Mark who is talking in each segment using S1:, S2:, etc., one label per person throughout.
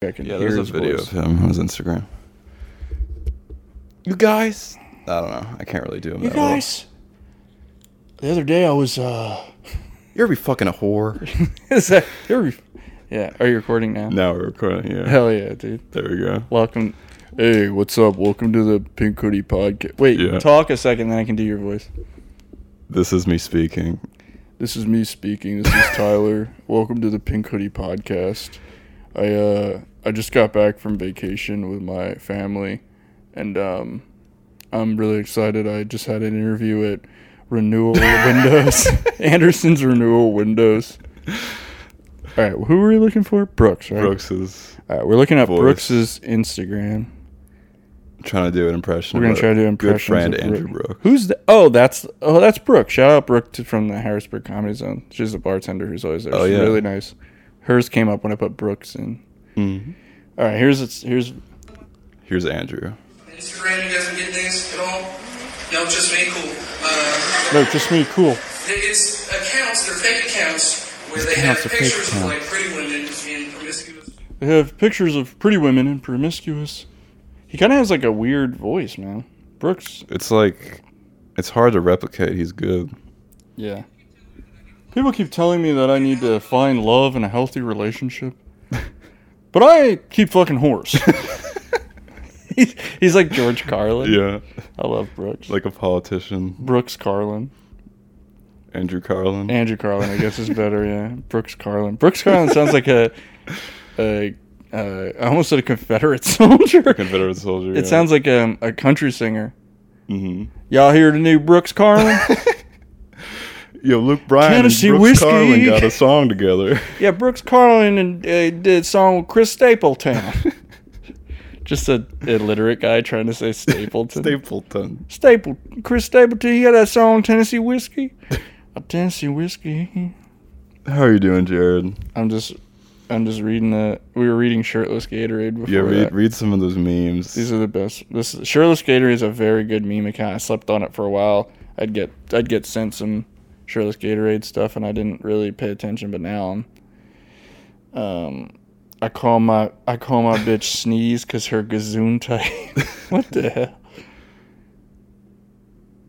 S1: I can
S2: Yeah,
S1: hear
S2: there's a
S1: his
S2: video
S1: voice.
S2: of him on his Instagram. You guys, I don't know. I can't really do him.
S1: You
S2: that well.
S1: guys, the other day I was. uh
S2: you ever be fucking a whore?
S1: is that, you're- Yeah, are you recording now?
S2: now we're recording. Yeah,
S1: Hell yeah, dude.
S2: there we go.
S1: Welcome. Hey, what's up? Welcome to the Pink Hoodie Podcast. Wait,
S2: Yeah.
S1: talk a second, then I can do your voice.
S2: This is me speaking.
S1: This is me speaking. This is Tyler. Welcome to the Pink Hoodie Podcast. I uh I just got back from vacation with my family, and um, I'm really excited. I just had an interview at Renewal Windows, Anderson's Renewal Windows. All right, who were we looking for? Brooks, right?
S2: Brooks is
S1: All right, we're looking at
S2: Voice.
S1: Brooks's Instagram.
S2: trying to do an impression.
S1: We're gonna
S2: of a
S1: try to do impressions.
S2: Good friend
S1: of
S2: Andrew
S1: Brooke.
S2: Brooks.
S1: Who's the? Oh, that's oh, that's Brooke. Shout out Brooke to, from the Harrisburg Comedy Zone. She's a bartender who's always there.
S2: Oh,
S1: She's
S2: yeah.
S1: really nice. Hers came up when I put Brooks in.
S2: Mhm.
S1: All right, here's it's here's
S2: Here's Andrew.
S3: Instagram, you guys are getting these at all? No, just me, cool. Uh,
S1: no, just me. Cool.
S3: it's accounts, they're fake accounts, where they
S1: Accounts are
S3: have
S1: fake
S3: pictures of like
S1: accounts.
S3: pretty women and promiscuous.
S1: They have pictures of pretty women and promiscuous. He kind of has like a weird voice, man. Brooks.
S2: It's like it's hard to replicate. He's good.
S1: Yeah. People keep telling me that I need to find love and a healthy relationship, but I keep fucking horse. he's, he's like George Carlin.
S2: Yeah,
S1: I love Brooks.
S2: like a politician.
S1: Brooks Carlin.
S2: Andrew Carlin.
S1: Andrew Carlin, I guess, is better. Yeah, Brooks Carlin. Brooks Carlin sounds like a, a, uh, I almost said a Confederate soldier.
S2: Confederate soldier.
S1: It sounds like um, a country singer.
S2: hmm
S1: Y'all hear the new Brooks Carlin?
S2: Yo, Luke Bryan
S1: Tennessee
S2: and Brooks
S1: whiskey.
S2: Carlin got a song together.
S1: yeah, Brooks Carlin and uh, did a song with Chris Stapleton. Just a illiterate guy trying to say Stapleton.
S2: Stapleton.
S1: Staple Chris Stapleton. He had that song Tennessee whiskey. A Tennessee whiskey.
S2: How are you doing, Jared?
S1: I'm just I'm just reading the we were reading shirtless Gatorade before
S2: Yeah, read,
S1: that.
S2: read some of those memes.
S1: These are the best. This shirtless Gatorade is a very good meme account. I slept on it for a while. I'd get I'd get sent some shirtless Gatorade stuff, and I didn't really pay attention. But now I'm. Um, I call my I call my bitch sneeze because her gazoon tight. what the hell?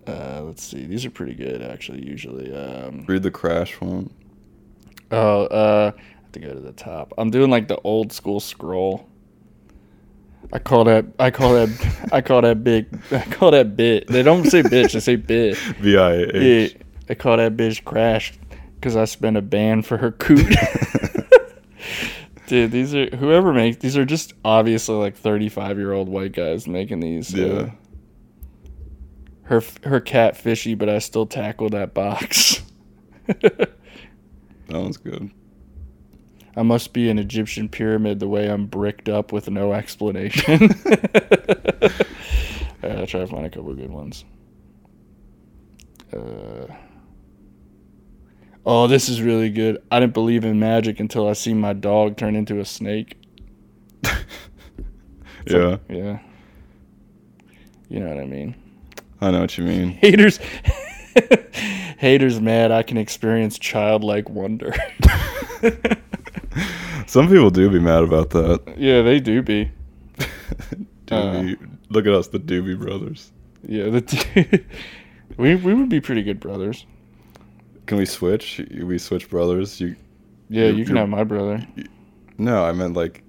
S1: Uh, let's see. These are pretty good actually. Usually, um,
S2: read the crash one.
S1: Oh, uh, I have to go to the top. I'm doing like the old school scroll. I call that I call that I call that big I call that bit. They don't say bitch, they say bit.
S2: V I
S1: Yeah,
S2: H.
S1: I call that bitch crashed because I spent a ban for her coot. Dude, these are whoever makes these are just obviously like 35 year old white guys making these. uh,
S2: Yeah.
S1: her f- her cat fishy, but I still tackle that box.
S2: That one's good.
S1: I must be an Egyptian pyramid the way I'm bricked up with no explanation. All right, I'll try to find a couple of good ones. Uh, oh, this is really good. I didn't believe in magic until I seen my dog turn into a snake.
S2: yeah,
S1: Yeah. You know what I mean.
S2: I know what you mean.
S1: Haters. Haters mad I can experience childlike wonder.
S2: Some people do be mad about that.
S1: yeah, they do be. Uh.
S2: Doobie. Look at us, the Doobie brothers.
S1: Yeah, the t- we we would be pretty good brothers.
S2: Can we switch? We switch brothers? You?
S1: Yeah,
S2: You're-
S1: you can
S2: you're-
S1: have my brother.
S2: No, I meant like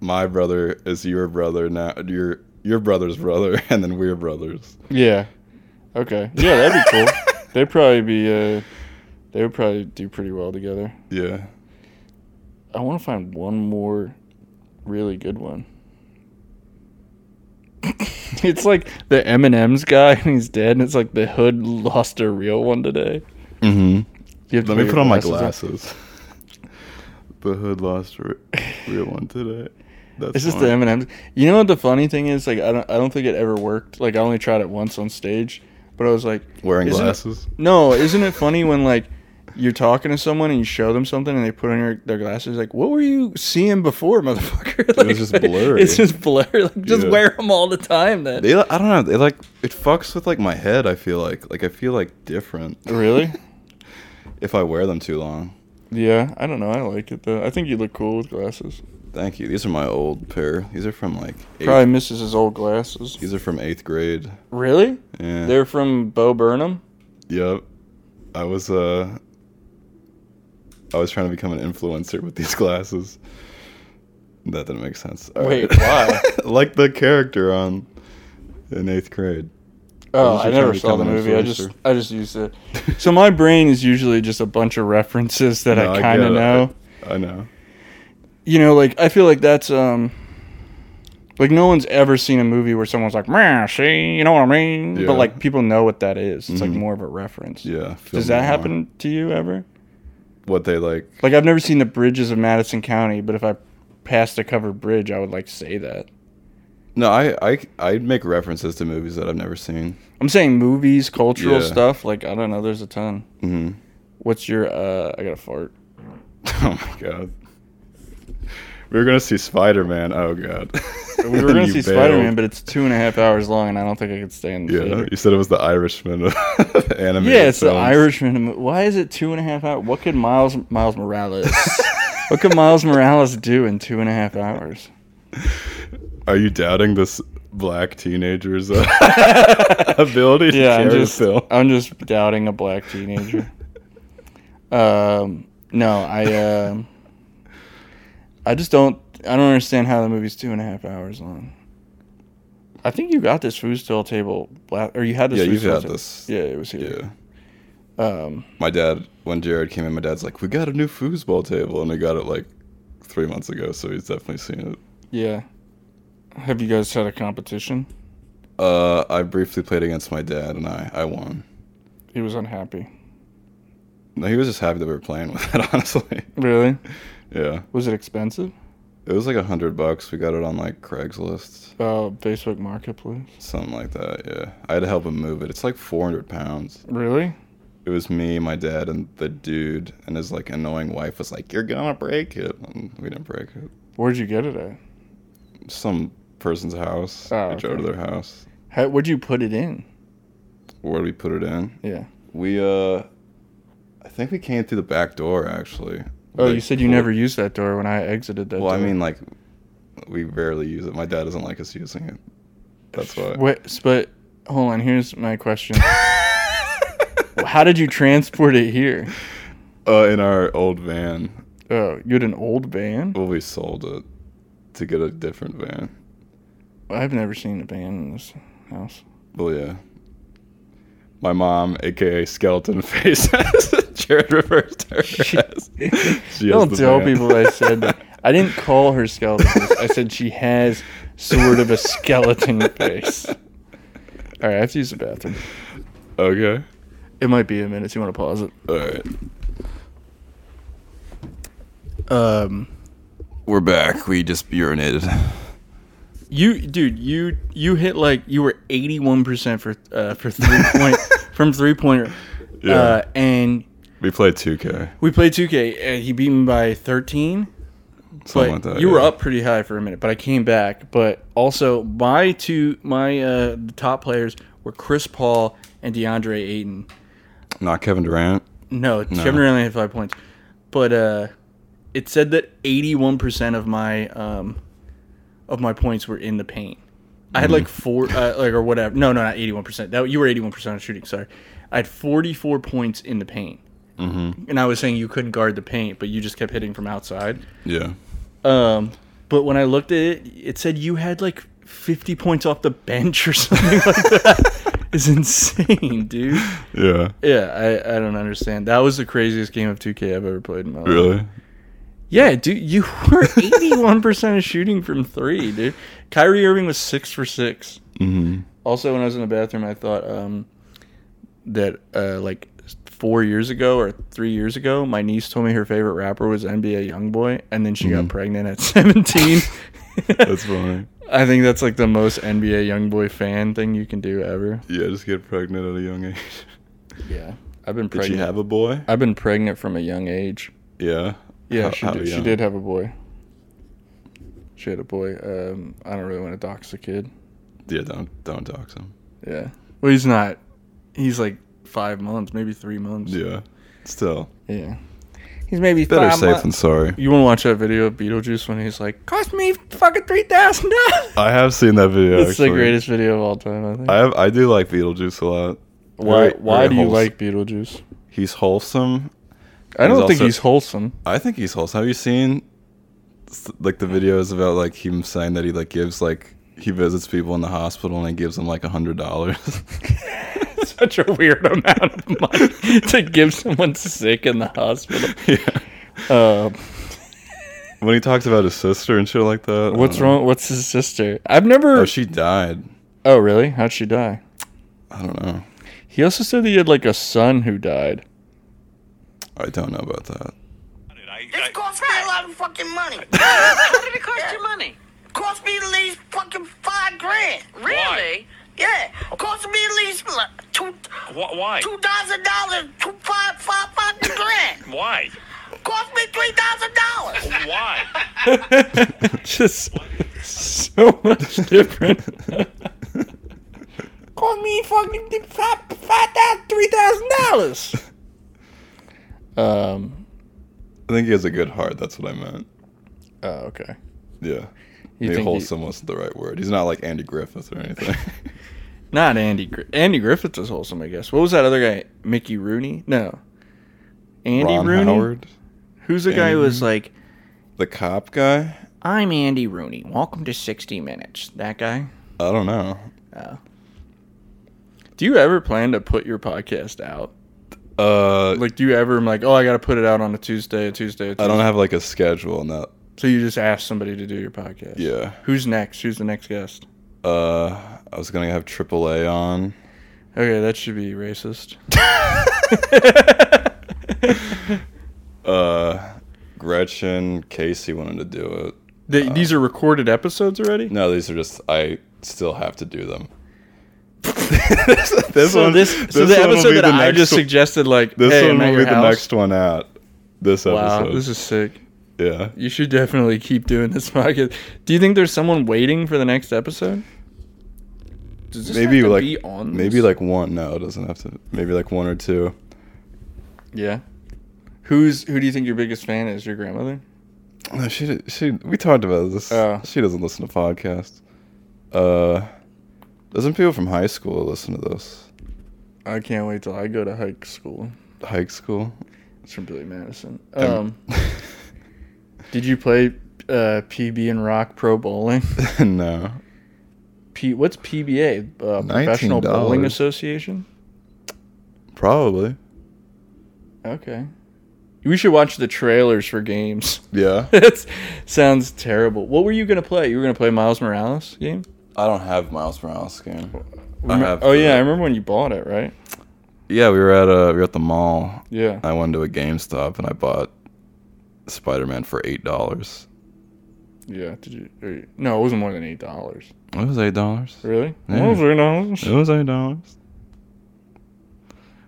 S2: my brother is your brother now. Your your brother's brother, and then we're brothers.
S1: Yeah. Okay. Yeah, that'd be cool. They'd probably be uh they would probably do pretty well together.
S2: Yeah.
S1: I want to find one more really good one. it's like the M&M's guy and he's dead and it's like the hood lost a real one today.
S2: Mm-hmm.
S1: You have to
S2: Let me
S1: your
S2: put on my
S1: glasses
S2: glasses. the hood lost her real one today. That's
S1: It's just
S2: fine.
S1: the M and M's. You know what the funny thing is? Like I don't, I don't think it ever worked. Like I only tried it once on stage, but I was like,
S2: wearing
S1: isn't it-
S2: glasses.
S1: no, isn't it funny when like you're talking to someone and you show them something and they put on your, their glasses? Like, what were you seeing before, motherfucker? like,
S2: was just blurry.
S1: It's just blurry. Like, just
S2: Yeah.
S1: wear them all the time. Then
S2: They, I don't know. They like it fucks with like my head. I feel like like I feel like different
S1: really?
S2: if I wear them too long.
S1: Yeah, I don't know. I like it though. I think you look cool with glasses.
S2: Thank you. These are my old pair. These are from like eighth,
S1: Probably misses his old glasses.
S2: these are from eighth grade.
S1: Really?
S2: Yeah.
S1: They're from Bo Burnham.
S2: Yep. I was uh I was trying to become an influencer with these glasses. That didn't make sense. All
S1: Wait,
S2: right.
S1: why?
S2: like the character on in eighth grade.
S1: Oh,
S2: was
S1: I
S2: just
S1: never
S2: trying to
S1: saw the
S2: become an
S1: movie. I just
S2: influencer.
S1: I just used it. So my brain is usually just a bunch of references that
S2: No,
S1: I
S2: get
S1: kind of
S2: it.
S1: know.
S2: I, know.
S1: You know, like I feel like that's um like no one's ever seen a movie where someone's like, "Man, see, you know what I mean?"
S2: Yeah.
S1: But like people know what that is. It's
S2: Mhm.
S1: like more of a reference.
S2: Yeah. Phil
S1: Does that
S2: Moore.
S1: happen to you ever?
S2: What they like
S1: Like I've never seen the bridges of Madison County, but if I passed a covered bridge, I would like say that.
S2: No, I I I'd make references to movies that I've never seen.
S1: I'm saying movies, cultural
S2: Yeah.
S1: stuff. Like I don't know. There's a ton.
S2: Mhm.
S1: What's your? uh I got a fart.
S2: Oh my god. We were gonna see Spider Man. Oh god.
S1: We were gonna see Spider Man, but it's two and a half hours long, and I don't think I could stay in the
S2: yeah,
S1: theater.
S2: you said it was the Irishman of animated.
S1: Yeah, it's the
S2: films.
S1: Irishman. Why is it two and a half hours? What could Miles Miles Morales? what could Miles Morales do in two and a half hours?
S2: Are you doubting this black teenager's uh, ability to
S1: Yeah, I'm
S2: carry
S1: just
S2: a film?
S1: I'm just doubting a black teenager. um, no, I um, I just don't. I don't understand how the movie's two and a half hours long. I think you got this food stall table, la- or you had this.
S2: Yeah, you've
S1: foostel
S2: had
S1: table.
S2: this.
S1: Yeah, it was here.
S2: Yeah.
S1: Um,
S2: My dad, when Jared came in, my dad's like, "We got a new foosball table," and we got it like three months ago, so he's definitely seen it.
S1: yeah. Have you guys had a competition?
S2: Uh, I briefly played against my dad, and I I won.
S1: He was unhappy.
S2: No, he was just happy that we were playing with it. Honestly,
S1: Really?
S2: yeah,
S1: Was it expensive?
S2: it was like a hundred bucks. We got it on like Craigslist,
S1: Uh, Facebook Marketplace.
S2: something like that. Yeah, I had to help him move it. It's like four hundred pounds.
S1: Really?
S2: it was me, my dad, and the dude, and his like annoying wife was like, "You're gonna break it." And we didn't break it.
S1: Where'd you get it at?
S2: Some person's house.
S1: Oh,
S2: we drove to
S1: okay.
S2: their house.
S1: How, where'd you put it in?
S2: Where did we put it in?
S1: Yeah.
S2: We uh, I think we came through the back door actually.
S1: Oh,
S2: Like,
S1: you said you
S2: pulled-
S1: never used that door when I exited that
S2: Well, I
S1: door.
S2: mean, like, we rarely use it. My dad doesn't like us using it. That's why.
S1: Wait, s- but hold on. Here's my question. How did you transport it here?
S2: Uh, in our old van,
S1: Oh, you had an old van?
S2: well, we sold it to get a different van.
S1: I've never seen a van in this house.
S2: Well, yeah. My mom, aka Skeleton Face, as Jared refers to her
S1: She-
S2: as. She has
S1: Don't
S2: the
S1: tell
S2: van.
S1: people I said that. I didn't call her skeleton face. I said she has sort of a skeleton face. All right, I have to use the bathroom.
S2: Okay.
S1: It might be a minute. So you want to pause it?
S2: All right.
S1: Um,
S2: We're back. We just urinated.
S1: you, dude, you you hit like you were eighty one percent for uh, for three point from three pointer,
S2: Yeah.
S1: uh, and
S2: We played 2K.
S1: we played two K and he beat me by thirteen.
S2: Something
S1: But
S2: like that.
S1: you were
S2: yeah.
S1: up pretty high for a minute, but I came back. But also, my two my uh, the top players were Chris Paul and DeAndre Ayton.
S2: Not Kevin Durant.
S1: No, Kevin Durant only had five points, but uh, it said that eighty-one percent of my um, of my points were in the paint. I had like four, uh, like or whatever. No, no, not eighty-one percent. That you were eighty-one percent on shooting. Sorry, I had forty-four points in the paint, mm-hmm. and I was saying you couldn't guard the paint, but you just kept hitting from outside.
S2: Yeah.
S1: Um, but when I looked at it, it said you had like fifty points off the bench or something like that. Is insane, dude.
S2: Yeah.
S1: Yeah, I, I don't understand. That was the craziest game of 2K I've ever played in my life.
S2: Really?
S1: Yeah, dude, you were 81% of shooting from three, dude. Kyrie Irving was six for six.
S2: Mm-hmm.
S1: Also, when I was in the bathroom, I thought um, that uh, like four years ago or three years ago, my niece told me her favorite rapper was NBA Youngboy, and then she got pregnant at 17.
S2: Mm-hmm. That's funny.
S1: I think that's like the most NBA Youngboy fan thing you can do ever.
S2: Yeah, just get pregnant at a young age.
S1: Yeah. I've been
S2: Did
S1: pregnant.
S2: she have a boy?
S1: I've been pregnant from a young age.
S2: Yeah.
S1: Yeah,
S2: How-
S1: she,
S2: how
S1: did, she
S2: young?
S1: did have a boy. She had a boy. Um, I don't really want to dox the kid.
S2: Yeah, don't don't dox him.
S1: Yeah. Well, he's not. He's like five months, maybe three months.
S2: Yeah. Still.
S1: Yeah. He's maybe
S2: Better
S1: five
S2: safe
S1: mi-
S2: than sorry.
S1: You want to watch that video of Beetlejuice when he's like, "Cost me fucking three thousand dollars."
S2: I have seen that video.
S1: It's the
S2: actually.
S1: greatest video of all time. I think.
S2: I have. I do like Beetlejuice a lot.
S1: why?
S2: Very-
S1: Why
S2: very
S1: do you
S2: wholes-
S1: like Beetlejuice?
S2: He's wholesome.
S1: I
S2: He's
S1: don't think
S2: also-
S1: he's wholesome.
S2: I think he's wholesome. Have you seen s- like the videos about like him saying that he like gives like he visits people in the hospital and he gives them like a hundred dollars?
S1: Such a weird amount of money to give someone sick in the hospital.
S2: yeah.
S1: Um,
S2: When he talks about his sister and shit like that. I
S1: what's
S2: don't know.
S1: wrong? What's his sister? I've never.
S2: Uh-huh. Oh, she died.
S1: oh, really? How'd she die?
S2: I don't know.
S1: He also said that he had like a son who died.
S2: I don't know about that.
S4: This cost me a lot of fucking money.
S5: How did it cost you money?
S4: cost me at least fucking five grand.
S5: Really?
S4: Yeah, cost me at least like, two
S6: Wh- why?
S4: two thousand dollars, two five five fucking grand.
S6: Why?
S4: Cost me three thousand dollars.
S6: Why?
S1: Just so much different. Call me fucking th- five, five thousand, three thousand dollars. Um.
S2: I think he has a good heart. That's what I meant.
S1: Oh, okay.
S2: Yeah.
S1: You
S2: Maybe
S1: think he-
S2: wholesome wasn't the right word. He's not like Andy Griffith or anything.
S1: Not Andy. Gr- Andy Griffith was wholesome, I guess. What was that other guy? Mickey Rooney? No. Andy
S2: Ron
S1: Rooney.
S2: Howard,
S1: Who's the guy who was like,
S2: the cop guy.
S1: "I'm Andy Rooney. Welcome to 60 Minutes." That guy.
S2: I don't know.
S1: Do you ever plan to put your podcast out?
S2: Uh,
S1: Like, do you ever am like, "Oh, I got to put it out on a Tuesday, a Tuesday." A Tuesday.
S2: I don't have like a schedule and that.
S1: So you just ask somebody to do your podcast.
S2: Yeah.
S1: Who's next? Who's the next guest?
S2: Uh, I was gonna have AAA on.
S1: Okay, that should be racist.
S2: Uh, Gretchen, Casey wanted to do it.
S1: Th- these are recorded episodes already.
S2: Uh, No, these are just I still have to do them. this, this
S1: so
S2: one-
S1: this, so
S2: this
S1: the
S2: one will
S1: episode
S2: be
S1: that
S2: the
S1: I
S2: next
S1: just
S2: one-
S1: suggested, like,
S2: This
S1: hey,
S2: one
S1: I'm at
S2: will
S1: your
S2: be the
S1: house.
S2: next one out. This
S1: Wow,
S2: episode.
S1: this is sick.
S2: yeah.
S1: You should definitely keep doing this podcast. Do you think there's someone waiting for the next episode? Does this
S2: Maybe
S1: have to
S2: like
S1: be on
S2: maybe
S1: this?
S2: like one. No, it doesn't have to. Maybe like one or two.
S1: yeah. Who's who do you think your biggest fan is? Your grandmother?
S2: No, she did- she we talked about this.
S1: Oh.
S2: She doesn't listen to podcasts. Uh, doesn't people from high school listen to this?
S1: I can't wait till I go to hike school.
S2: Hike school.
S1: It's from Billy Madison. Um, did you play uh, PB and Rock Pro Bowling?
S2: no,
S1: P, what's PBA? Uh, Professional Bowling
S2: $19.
S1: Association.
S2: probably.
S1: Okay. We should watch the trailers for games.
S2: Yeah.
S1: it sounds terrible. What were you gonna play? You were gonna play Miles Morales game?
S2: I don't have Miles Morales game.
S1: Remem-
S2: have
S1: oh
S2: the-
S1: yeah, I remember when you bought it, right?
S2: Yeah, we were at uh we were at the mall.
S1: Yeah.
S2: I went to a GameStop and I bought Spider Man for eight dollars.
S1: yeah. Did you? Or, you- no, it wasn't more than eight dollars.
S2: It was eight dollars.
S1: Really?
S2: Yeah.
S1: What was eight dollars?
S2: It was eight dollars.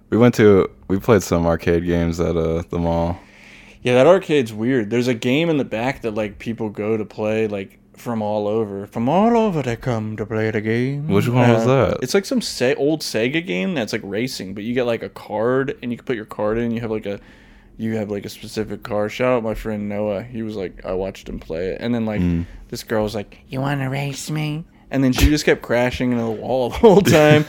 S2: We went to we played some arcade games at uh the mall.
S1: Yeah, that arcade's weird. There's a game in the back that like people go to play like from all over. From all over they come to play the game. Uh,
S2: Which one was that?
S1: It's like some se- old Sega game that's like racing, but you get like a card and you can put your card in. You have like a you have like a specific car. Shout out my friend Noah. He was like I watched him play it, and then like
S2: Mm.
S1: this girl was like, "You want to race me?" And then she just kept crashing into the wall the whole time.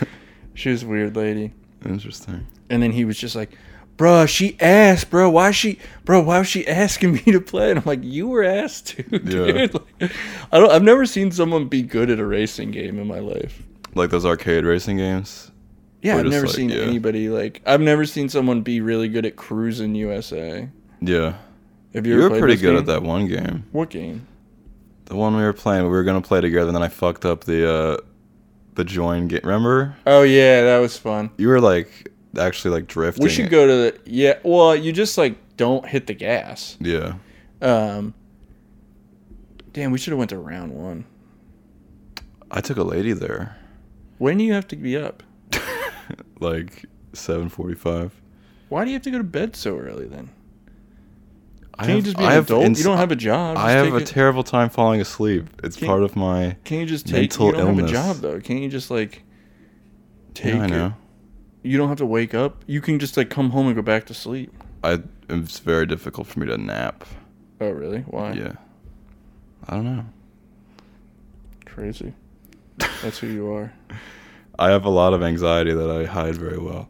S1: she was a weird lady.
S2: Interesting.
S1: And then he was just like, "Bruh, she asked, bro. Why she, bro? Why was she asking me to play?" And I'm like, "You were asked to, dude.
S2: Yeah.
S1: Like, I don't. I've never seen someone be good at a racing game in my life.
S2: Like those arcade racing games.
S1: Yeah,
S2: Or
S1: I've
S2: just
S1: never
S2: like,
S1: seen
S2: yeah.
S1: anybody like. I've never seen someone be really good at cruising USA.
S2: Yeah.
S1: Have you,
S2: You
S1: ever
S2: were
S1: played
S2: pretty
S1: this
S2: good
S1: game?
S2: at that one game.
S1: What game?
S2: The one we were playing, we were gonna play together, and then I fucked up the uh the join game. Remember?
S1: Oh yeah, that was fun.
S2: You were like actually like drifting.
S1: We should go to the yeah. Well, you just like don't hit the gas.
S2: Yeah.
S1: Um. Damn, we should have went to round one.
S2: I took a lady there.
S1: When do you have to be up?
S2: Like seven forty five.
S1: Why do you have to go to bed so early then?
S2: I
S1: Can you
S2: have-
S1: just be
S2: I
S1: an
S2: have
S1: adult?
S2: ins-
S1: you don't have a job.
S2: I
S1: Just
S2: have a
S1: take
S2: terrible time falling asleep. It's
S1: Can-
S2: part of my
S1: Can you just take?
S2: mental
S1: You don't have a
S2: illness.
S1: job though. Can't you just like take?
S2: Yeah, I
S1: it?
S2: know.
S1: You don't have to wake up. You can just like come home and go back to sleep.
S2: I it's very difficult for me to nap.
S1: Oh, really? Why?
S2: Yeah. I don't know.
S1: Crazy. That's who you are.
S2: I have a lot of anxiety that I hide very well.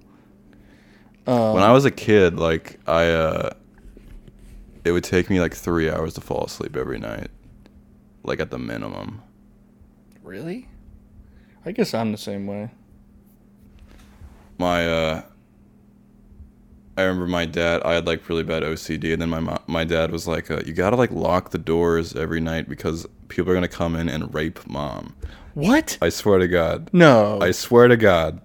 S2: when I was a kid, like I, uh, it would take me like three hours to fall asleep every night, like at the minimum.
S1: Really? I guess I'm the same way.
S2: My, uh, I remember my dad. I had like really bad OCD, and then my mo- my dad was like, uh, "You gotta like lock the doors every night because people are gonna come in and rape mom."
S1: What?
S2: I swear to God.
S1: No.
S2: I swear to God.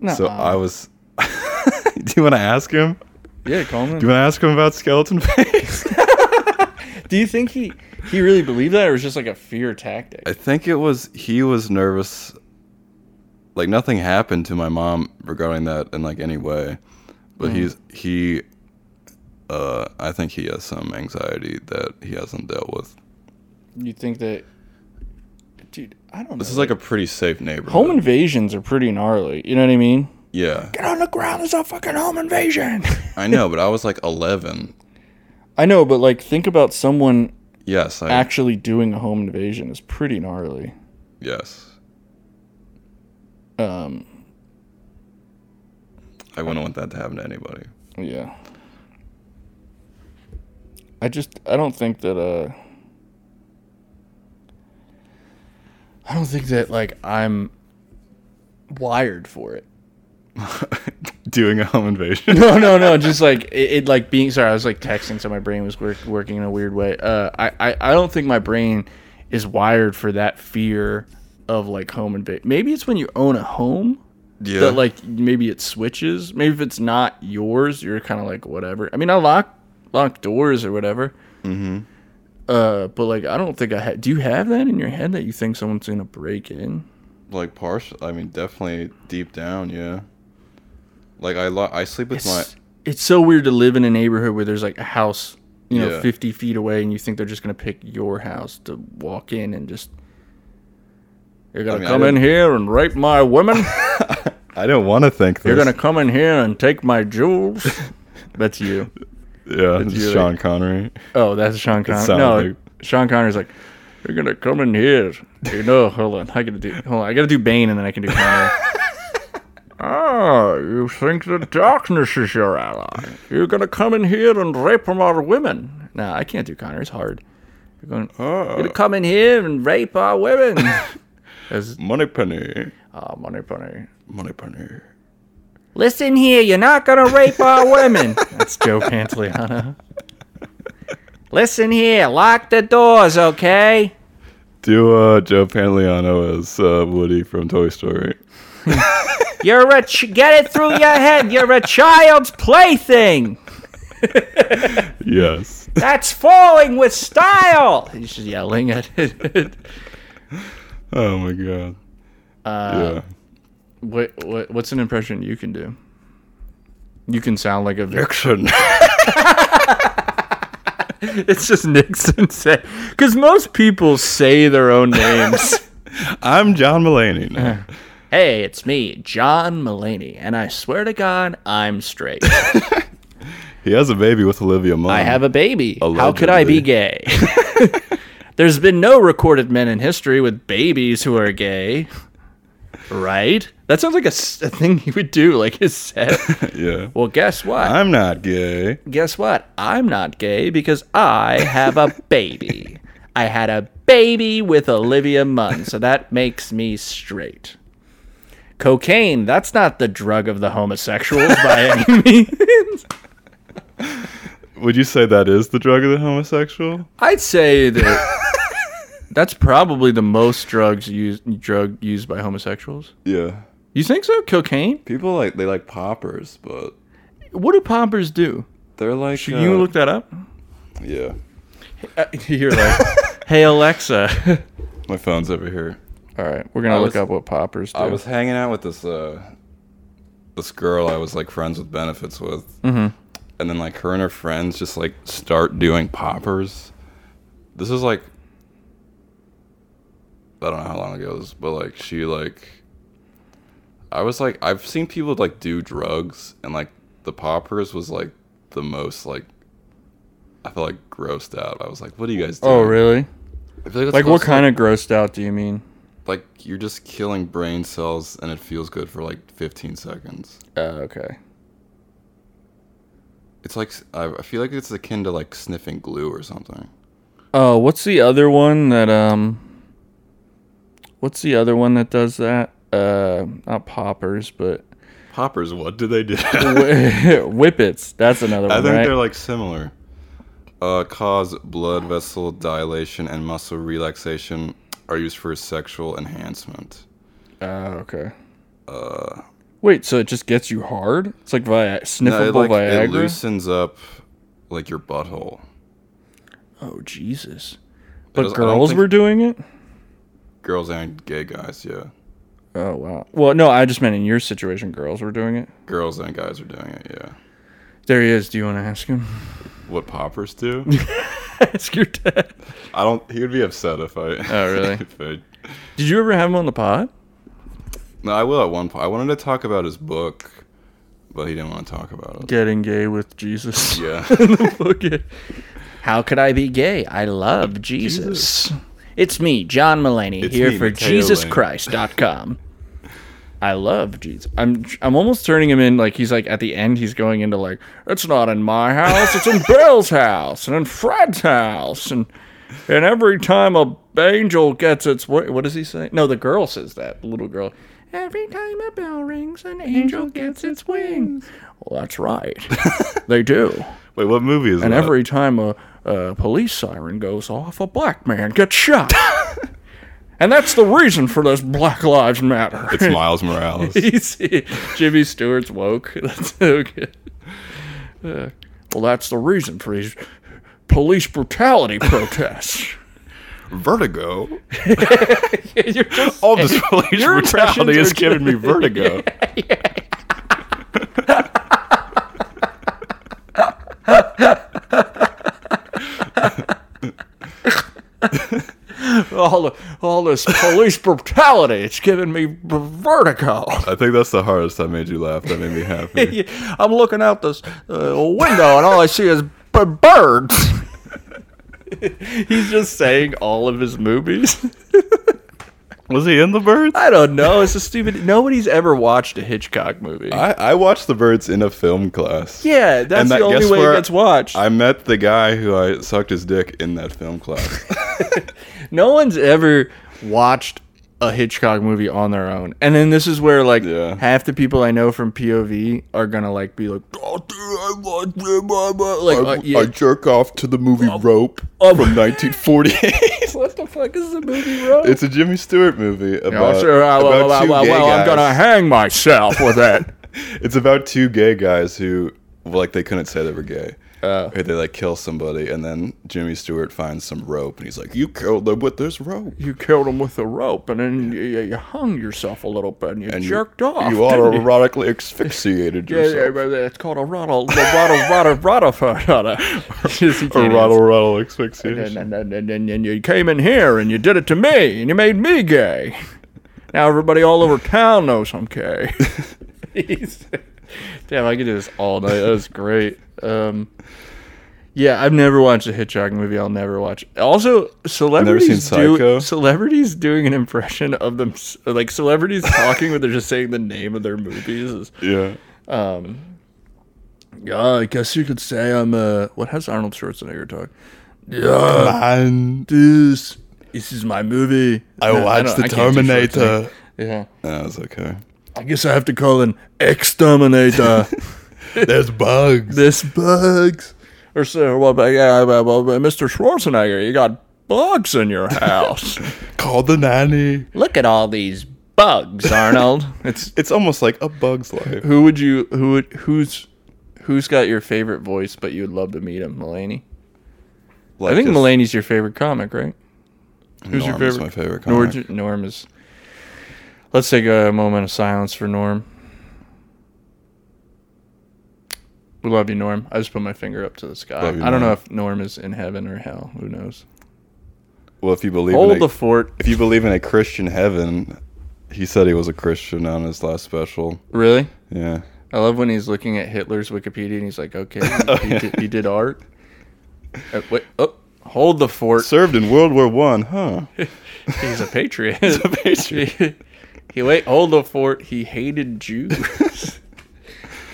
S1: Nuh-uh.
S2: So I was. Do you want to ask him?
S1: yeah, Coleman.
S2: Do you want to ask him about skeleton face?
S1: Do you think he he really believed that, or was just like a fear tactic?
S2: I think it was he was nervous. Like nothing happened to my mom regarding that in like any way, but
S1: Mm.
S2: he's he. Uh, I think he has some anxiety that he hasn't dealt with.
S1: You think that? Dude, I don't know.
S2: This is like a pretty safe neighborhood.
S1: home invasions are pretty gnarly. You know what I mean?
S2: yeah,
S1: On the ground, there's a fucking home invasion.
S2: I know, but I was like eleven.
S1: I know, but like, think about someone
S2: Yes, I
S1: actually doing a home invasion is pretty gnarly.
S2: yes.
S1: Um,
S2: I wouldn't want that to happen to anybody.
S1: yeah. I just I don't think that uh. I don't think that like I'm wired for it.
S2: Doing a home invasion.
S1: No, no, no. Just like it, it, like being. Sorry, I was like texting, so my brain was work, working in a weird way. Uh, I, I, I don't think my brain is wired for that fear of like home invade. Maybe it's when you own a home
S2: Yeah.
S1: that like maybe it switches. Maybe if it's not yours, you're kind of like whatever. I mean, I lock lock doors or whatever. Mm-hmm. Uh, but like I don't think I had. Do you have that in your head that you think someone's gonna break in?
S2: like partial. I mean, definitely deep down, yeah. Like I, lo- I sleep with my.
S1: it's, it's so weird to live in a neighborhood where there's like a house you know
S2: Yeah.
S1: 50 feet away and you think they're just going to pick your house to walk in and just you're going
S2: mean,
S1: to
S2: I
S1: come in
S2: didn't-
S1: here and rape my women
S2: I don't want to think this.
S1: you're going to come in here and take my jewels that's you
S2: Yeah,
S1: It's you,
S2: just Sean Connery.
S1: oh that's sean connery
S2: sounded
S1: no
S2: like-
S1: sean connery's like you're going to come in here you know hold on i gotta do hold on i gotta do bane and then i can do connery Ah, you think the darkness is your ally? You're gonna come in here and rape our women? Nah, I can't do Connor. It's hard. You're going.
S2: "Oh,
S1: You're
S2: Uh,
S1: gonna come in here and rape our women? As
S2: Money penny.
S1: ah, money punny.
S2: Money penny.
S1: Listen here, you're not gonna rape our women. That's Joe Pantoliano. Listen here, lock the doors, okay?
S2: Do uh, Joe Pantoliano as uh, Woody from Toy Story.
S1: You're a ch- get it through your head. You're a child's plaything.
S2: Yes.
S1: That's falling with style. He's just yelling at it.
S2: oh my god. Uh,
S1: What, what what's an impression you can do? You can sound like a
S2: yeah.
S1: Vic.
S2: Action.
S1: It's just Nixon say because most people say their own names.
S2: I'm John Mulaney. Now.
S1: Uh. hey, it's me, John Mulaney, and I swear to God, I'm straight.
S2: He has a baby with Olivia Munn.
S1: I have a baby. How could I be
S2: Allegedly.
S1: gay? There's been no recorded men in history with babies who are gay, right? That sounds like a, s- a thing he would do, like his set.
S2: Yeah.
S1: well, guess what?
S2: I'm not gay.
S1: guess what? I'm not gay because I have a baby. I had a baby with Olivia Munn, so that makes me straight. Cocaine, that's not the drug of the homosexuals by any means.
S2: Would you say that is the drug of the homosexual?
S1: I'd say that that's probably the most drugs used drug used by homosexuals.
S2: Yeah.
S1: You think so? Cocaine?
S2: People like they like poppers, but
S1: What do poppers do?
S2: they're like
S1: Should you look that up?
S2: Yeah.
S1: Uh, you're like, hey Alexa.
S2: My phone's over here.
S1: All right, we're gonna
S2: I
S1: look
S2: was-
S1: up what poppers do.
S2: I was hanging out with this uh this girl I was like friends with benefits with. Mm-hmm. And then like her and her friends just like start doing poppers. This is like I don't know how long ago this, was, but like she like I was like I've seen people like do drugs and like the poppers was like the most like I feel like grossed out. I was like, what are you guys doing?
S1: Oh, really?
S2: I feel
S1: Like, what
S2: that's supposed to,
S1: kind of grossed out do you mean?
S2: like you're just killing brain cells and it feels good for like 15 seconds.
S1: Uh, okay.
S2: It's like I I feel like it's akin to like sniffing glue or something.
S1: Oh, what's the other one that um? What's the other one that does that? Uh, not poppers, but
S2: Poppers, what do they do?
S1: whi- whippets. That's another one,
S2: I think
S1: right?
S2: they're like similar. Uh, cause blood vessel dilation and muscle relaxation are used for sexual enhancement.
S1: Ah, okay. Uh.
S2: Uh,
S1: Wait, so it just gets you hard? It's like vi-
S2: No,
S1: sniffable
S2: it, like,
S1: Viagra.
S2: it loosens up like your butthole.
S1: oh Jesus!
S2: does-
S1: But
S2: I don't
S1: girls
S2: think-
S1: were doing it.
S2: Girls and gay guys, yeah.
S1: Oh wow. Well, no, I just meant in your situation, girls were doing it.
S2: Girls and guys are doing it, yeah.
S1: There he is. Do you want to ask him?
S2: What poppers do?
S1: ask your dad.
S2: I don't. He would be upset if I.
S1: Oh, really?
S2: if I,
S1: Did you ever have him on the pod?
S2: no, I will at one point. I wanted to talk about his book, but he didn't want to talk about it.
S1: Getting gay with Jesus.
S2: Yeah.
S1: Okay.
S6: How could I be gay? I love Jesus. It's me, John Mullaney,
S2: It's
S6: here
S2: me,
S6: for
S2: Matteo Lane.
S6: JesusChrist.com.
S1: I love Jesus. I'm I'm almost turning him in like he's like at the end he's going into like it's not in my house, it's in Bill's house and in Fred's house and and every time a angel gets its what, what does he say? No, the girl says that the little girl. Every time a bell rings, an angel gets its wings. Well, that's right. they do.
S2: Wait, what movie is
S1: And
S2: that?
S1: every time a, a police siren goes off, a black man gets shot. and that's the reason for this Black Lives Matter.
S2: It's Miles Morales.
S1: Easy. Jimmy Stewart's woke. That's so good. Uh, well, that's the reason for these police brutality protests.
S2: Vertigo.
S1: You're just-
S2: All this police
S1: impressions
S2: brutality
S1: are
S2: is giving me vertigo.
S1: all, the, all this police brutality, it's giving me b- vertigo.
S2: I think that's the hardest I made you laugh. That made me happy.
S1: I'm looking out this uh, window and all I see is b- birds. He's just saying all of his movies.
S2: Was he in the birds?
S1: I don't know. It's a stupid. Nobody's ever watched a Hitchcock movie.
S2: I, I watched the birds in a film class.
S1: yeah, that's
S2: And that-
S1: the only
S2: guess
S1: way
S2: where
S1: it gets watched.
S2: I met the guy who I sucked his dick in that film class.
S1: Uh, no one's ever watched a Hitchcock movie on their own. And then this is where like
S2: Yeah.
S1: half the people I know from POV are gonna like be like, oh, dude, I watched it, blah, blah." like, uh, yeah, Um,
S2: jerk off to the movie Rope from 1948.
S1: what the fuck is the movie, bro?
S2: it's a Jimmy Stewart movie about,
S1: Oh, sure, uh, well,
S2: about
S1: well,
S2: two
S1: well,
S2: gay
S1: well, I'm
S2: guys.
S1: gonna hang myself with that.
S2: It's about two gay guys who, well, like, they couldn't say they were gay.
S1: Uh.
S2: Or they like kill somebody, and then Jimmy Stewart finds some rope, and he's like, "You killed them with this rope."
S1: you killed him with a rope, and then you, you you hung yourself a little bit, and you
S2: And you-
S1: jerked off. didn't
S2: You
S1: you?
S2: autoerotically asphyxiated
S1: Yeah, yeah,
S2: yourself.
S1: but it's called a rattle, the rattle, rattle, rattle, rattle. Yes, he
S2: A
S1: can't
S2: rattle,
S1: answer.
S2: rattle
S1: And, and,
S2: asphyxiation.
S1: and, and, and, and you came in here and you did it to me and you made me gay. Now everybody all over town knows I'm gay. He's- Damn, I could do this all night. That was great. Um, yeah, I've never watched a Hitchcock movie. I'll never watch. Also, celebrities
S2: seen
S1: do
S2: Psycho?
S1: celebrities doing an impression of them, like celebrities talking, but they're just saying the name of their movies. Is,
S2: Yeah.
S1: yeah, I guess you could say I'm a. What has Arnold Schwarzenegger talk?
S2: And
S1: This, this is my movie.
S2: I
S1: No,
S2: watched
S1: don't-
S2: the
S1: I can't do
S2: Terminator.
S1: Schwarzenegger. Yeah,
S2: That was okay.
S1: I guess I have to call an exterminator.
S2: There's bugs.
S1: this bugs. Or so, well, but yeah, well, well, but Mr. Schwarzenegger, you got bugs in your house.
S2: Call the nanny.
S6: Look at all these bugs, Arnold.
S1: it's
S2: It's almost like a bug's life.
S1: who would you who would who's who's got your favorite voice, but you'd love to meet him, Mulaney.
S2: Like
S1: I think
S2: just-
S1: Mulaney's your favorite comic, right? Who's your
S2: Norm is
S1: favorite?
S2: my favorite
S1: Norm-
S2: comic.
S1: Norm is. Let's take a moment of silence for Norm. We love you, Norm. I just put my finger up to the sky.
S2: Love you,
S1: I don't know
S2: Norm.
S1: if Norm is in heaven or hell. Who knows?
S2: Well, if you believe in
S1: Hold
S2: a-
S1: the fort.
S2: if you believe in a Christian heaven, he said he was a Christian on his last special.
S1: Really?
S2: Yeah.
S1: I love when he's looking at Hitler's Wikipedia and he's like, okay, he,
S2: Oh, yeah.
S1: did, he did art. Uh, wait, oh, hold the fort.
S2: Served in World War One, huh?
S1: he's a patriot.
S2: patriot.
S1: he wait, hold the fort. He hated Jews.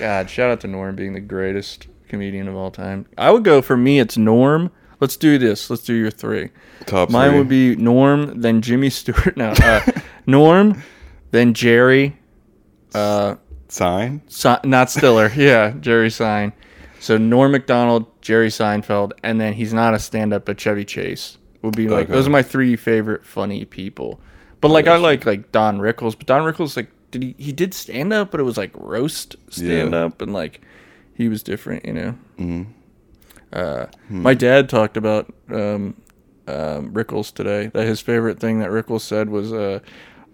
S1: God, shout out to Norm being the greatest comedian of all time. I would go for me. It's Norm. Let's do this. Let's do your three.
S2: Top
S1: Mine
S2: three.
S1: would be Norm, then Jimmy Stewart. No, uh, Norm, then Jerry. Uh,
S2: sign.
S1: Se- not Stiller. yeah, Jerry Sein. So Norm Macdonald, Jerry Seinfeld, and then he's not a stand-up, but Chevy Chase would be like
S2: Okay.
S1: those are my three favorite funny people. But like I like like Don Rickles, but Don Rickles like did he he did stand up, but it was like roast stand up, and like he was different, you know. Mm-hmm. Uh, My dad talked about um, um, Rickles today. That his favorite thing that Rickles said was uh,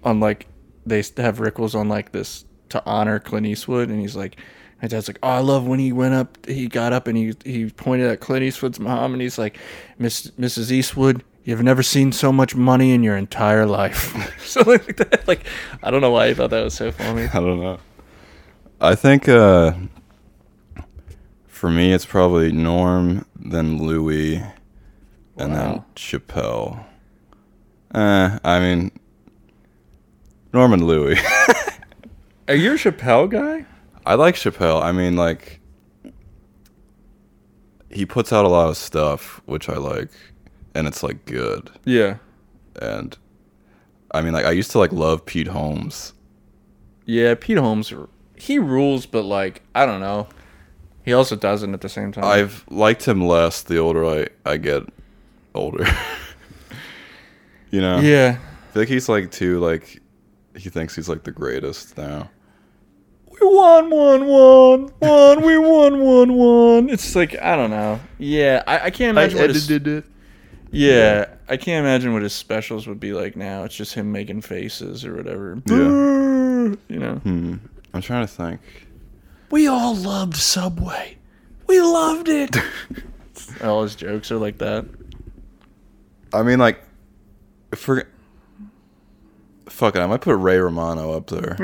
S1: on like they s- have Rickles on like this to honor Clint Eastwood, and he's like, my dad's like, oh, I love when he went up, he got up and he he pointed at Clint Eastwood's mom, and he's like, Miss Mrs. Eastwood. You've never seen so much money in your entire life. Something like that. Like, I don't know why I thought that was so funny.
S2: I don't know. I think uh, for me, it's probably Norm, then Louis, and then
S1: Wow.
S2: Chappelle. Uh, I mean, Norm and Louis.
S1: Are you a Chappelle guy?
S2: I like Chappelle. I mean, like, he puts out a lot of stuff, which I like, and it's like good.
S1: Yeah.
S2: And I mean, like, I used to like love Pete Holmes.
S1: Yeah, Pete Holmes, he rules, but like, I don't know. He also doesn't at the same time.
S2: I've liked him less the older I, I get older. you know?
S1: yeah.
S2: I feel like he's like too like he thinks he's like the greatest now.
S1: We won, won, won, won. we won, won, won. It's like I don't know. Yeah, I, I can't imagine. what his,
S2: it.
S1: yeah, I can't imagine what his specials would be like now. It's just him making faces or whatever.
S2: Yeah.
S1: you know.
S2: Hmm. I'm trying to think.
S1: We all loved Subway. We loved it. all his jokes are like that.
S2: I mean like for fuck it, I might put Ray Romano up there.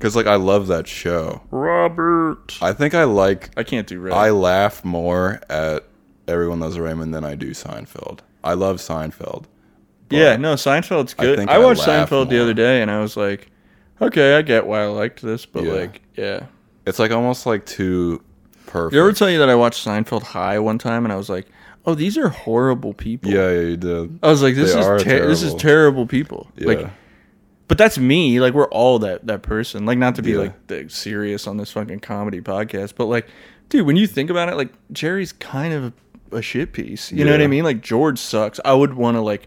S2: Cuz like I love that show.
S1: Robert.
S2: I think I like
S1: I can't do red.
S2: I laugh more at everyone loves Raymond than I do Seinfeld. I love Seinfeld.
S1: Yeah, no, Seinfeld's good.
S2: think
S1: I,
S2: I
S1: watched
S2: laugh
S1: Seinfeld the
S2: more.
S1: other day and I was like, okay, I get why I liked this, but
S2: Yeah.
S1: like, yeah.
S2: It's like almost like too perfect.
S1: Did I ever tell you that I watched Seinfeld High one time and I was like, oh, these are horrible people.
S2: yeah, yeah, you did.
S1: I was like, this
S2: They
S1: is
S2: are
S1: ter- this is
S2: terrible.
S1: terrible people.
S2: Yeah.
S1: Like, but that's me. Like, we're all that that person. Like, not to be
S2: Yeah.
S1: like the serious on this fucking comedy podcast, but like, dude, when you think about it, like Jerry's kind of a shit piece. You know what I
S2: Yeah.
S1: mean? Like George sucks. I would want to like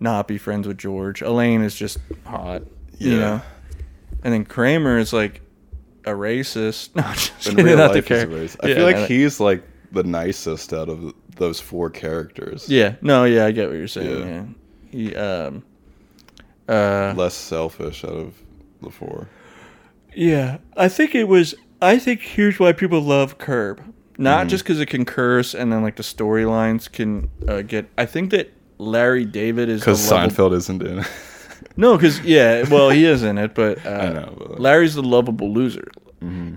S1: not be friends with George. Elaine is just hot. You
S2: Yeah.
S1: know. And then Kramer is like a racist. No, I'm just
S2: in
S1: kidding,
S2: real
S1: not
S2: life,
S1: the
S2: he's a
S1: character.
S2: racist. I
S1: Yeah,
S2: feel
S1: no,
S2: like he's like the nicest out of those four characters.
S1: Yeah. No. Yeah. I get what you're saying.
S2: Yeah.
S1: Yeah. He. Um. Uh.
S2: Less selfish out of the four.
S1: Yeah. I think it was. I think here's why people love Curb. Not
S2: Mm-hmm.
S1: just because it can curse, and then like the storylines can uh, get. I think that Larry David is the
S2: Because
S1: lovable-
S2: Seinfeld isn't in. it.
S1: No, because yeah, well, he is in it, but uh,
S2: know, Mm-hmm. but-
S1: Larry's the lovable loser.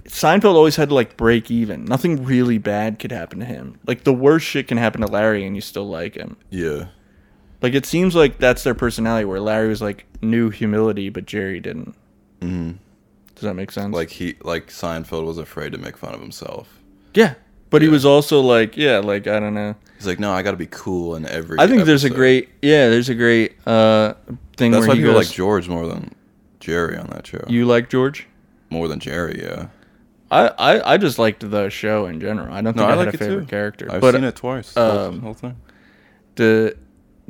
S1: Seinfeld always had to like break even. Nothing really bad could happen to him. Like the worst shit can happen to Larry, and you still like him.
S2: yeah.
S1: Like it seems like that's their personality. Where Larry was like knew humility, but Jerry didn't. Mm-hmm. Does that make sense?
S2: Like he like Seinfeld was afraid to make fun of himself.
S1: yeah, but he was also like yeah, like I don't know.
S2: He's like, no, I got to be cool in every.
S1: I think there's a
S2: episode."
S1: great yeah, there's a great uh thing
S2: That's
S1: where
S2: why
S1: he
S2: people
S1: goes,
S2: like George more than Jerry on that show.
S1: you like George.
S2: more than Jerry, yeah.
S1: I, I, I just liked the show in general. I don't think
S2: No,
S1: I, had
S2: I, like
S1: a
S2: it
S1: favorite
S2: too.
S1: character.
S2: I've
S1: but
S2: seen it twice.
S1: um,
S2: the whole thing.
S1: the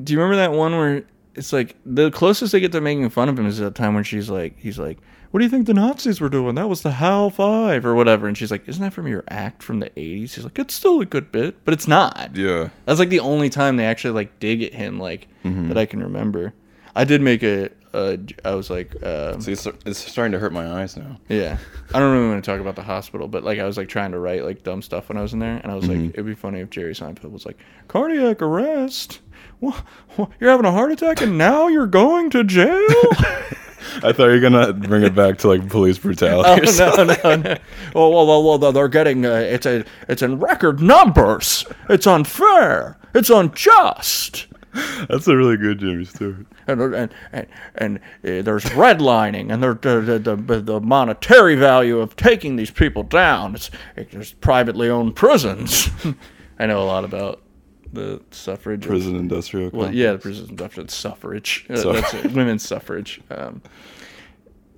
S1: do you remember that one where it's like the closest they get to making fun of him is that time when she's like he's like what do you think the nazis were doing that was the hal five or whatever and she's like isn't that from your act from the 80s he's like it's still a good bit but it's not
S2: Yeah.
S1: that's like the only time they actually like dig at him like that i can remember i did make a, a i was like um,
S2: See, it's, it's starting to hurt my eyes now.
S1: yeah. I don't really want to talk about the hospital, but like I was like trying to write like dumb stuff when I was in there, and I was like, it'd be funny if Jerry Seinfeld was like, cardiac arrest. Wha- wha- You're having a heart attack, and now you're going to jail.
S2: I thought you were gonna bring it back to like police brutality. or
S6: Oh,
S2: something.
S6: no, no, no. Well, well, well, well, they're getting uh, it's a it's in record numbers. It's unfair. It's unjust.
S2: That's a really good Jimmy Stewart.
S6: And and and, and uh, there's redlining, and there, the, the the the monetary value of taking these people down. It's it, there's privately owned prisons. I know a lot about the suffrage. of-
S2: Prison industrial.
S6: Well,
S2: complex.
S6: yeah, the prison definite suffrage. Uh,
S2: Sorry.
S6: that's it. Women's suffrage. Um,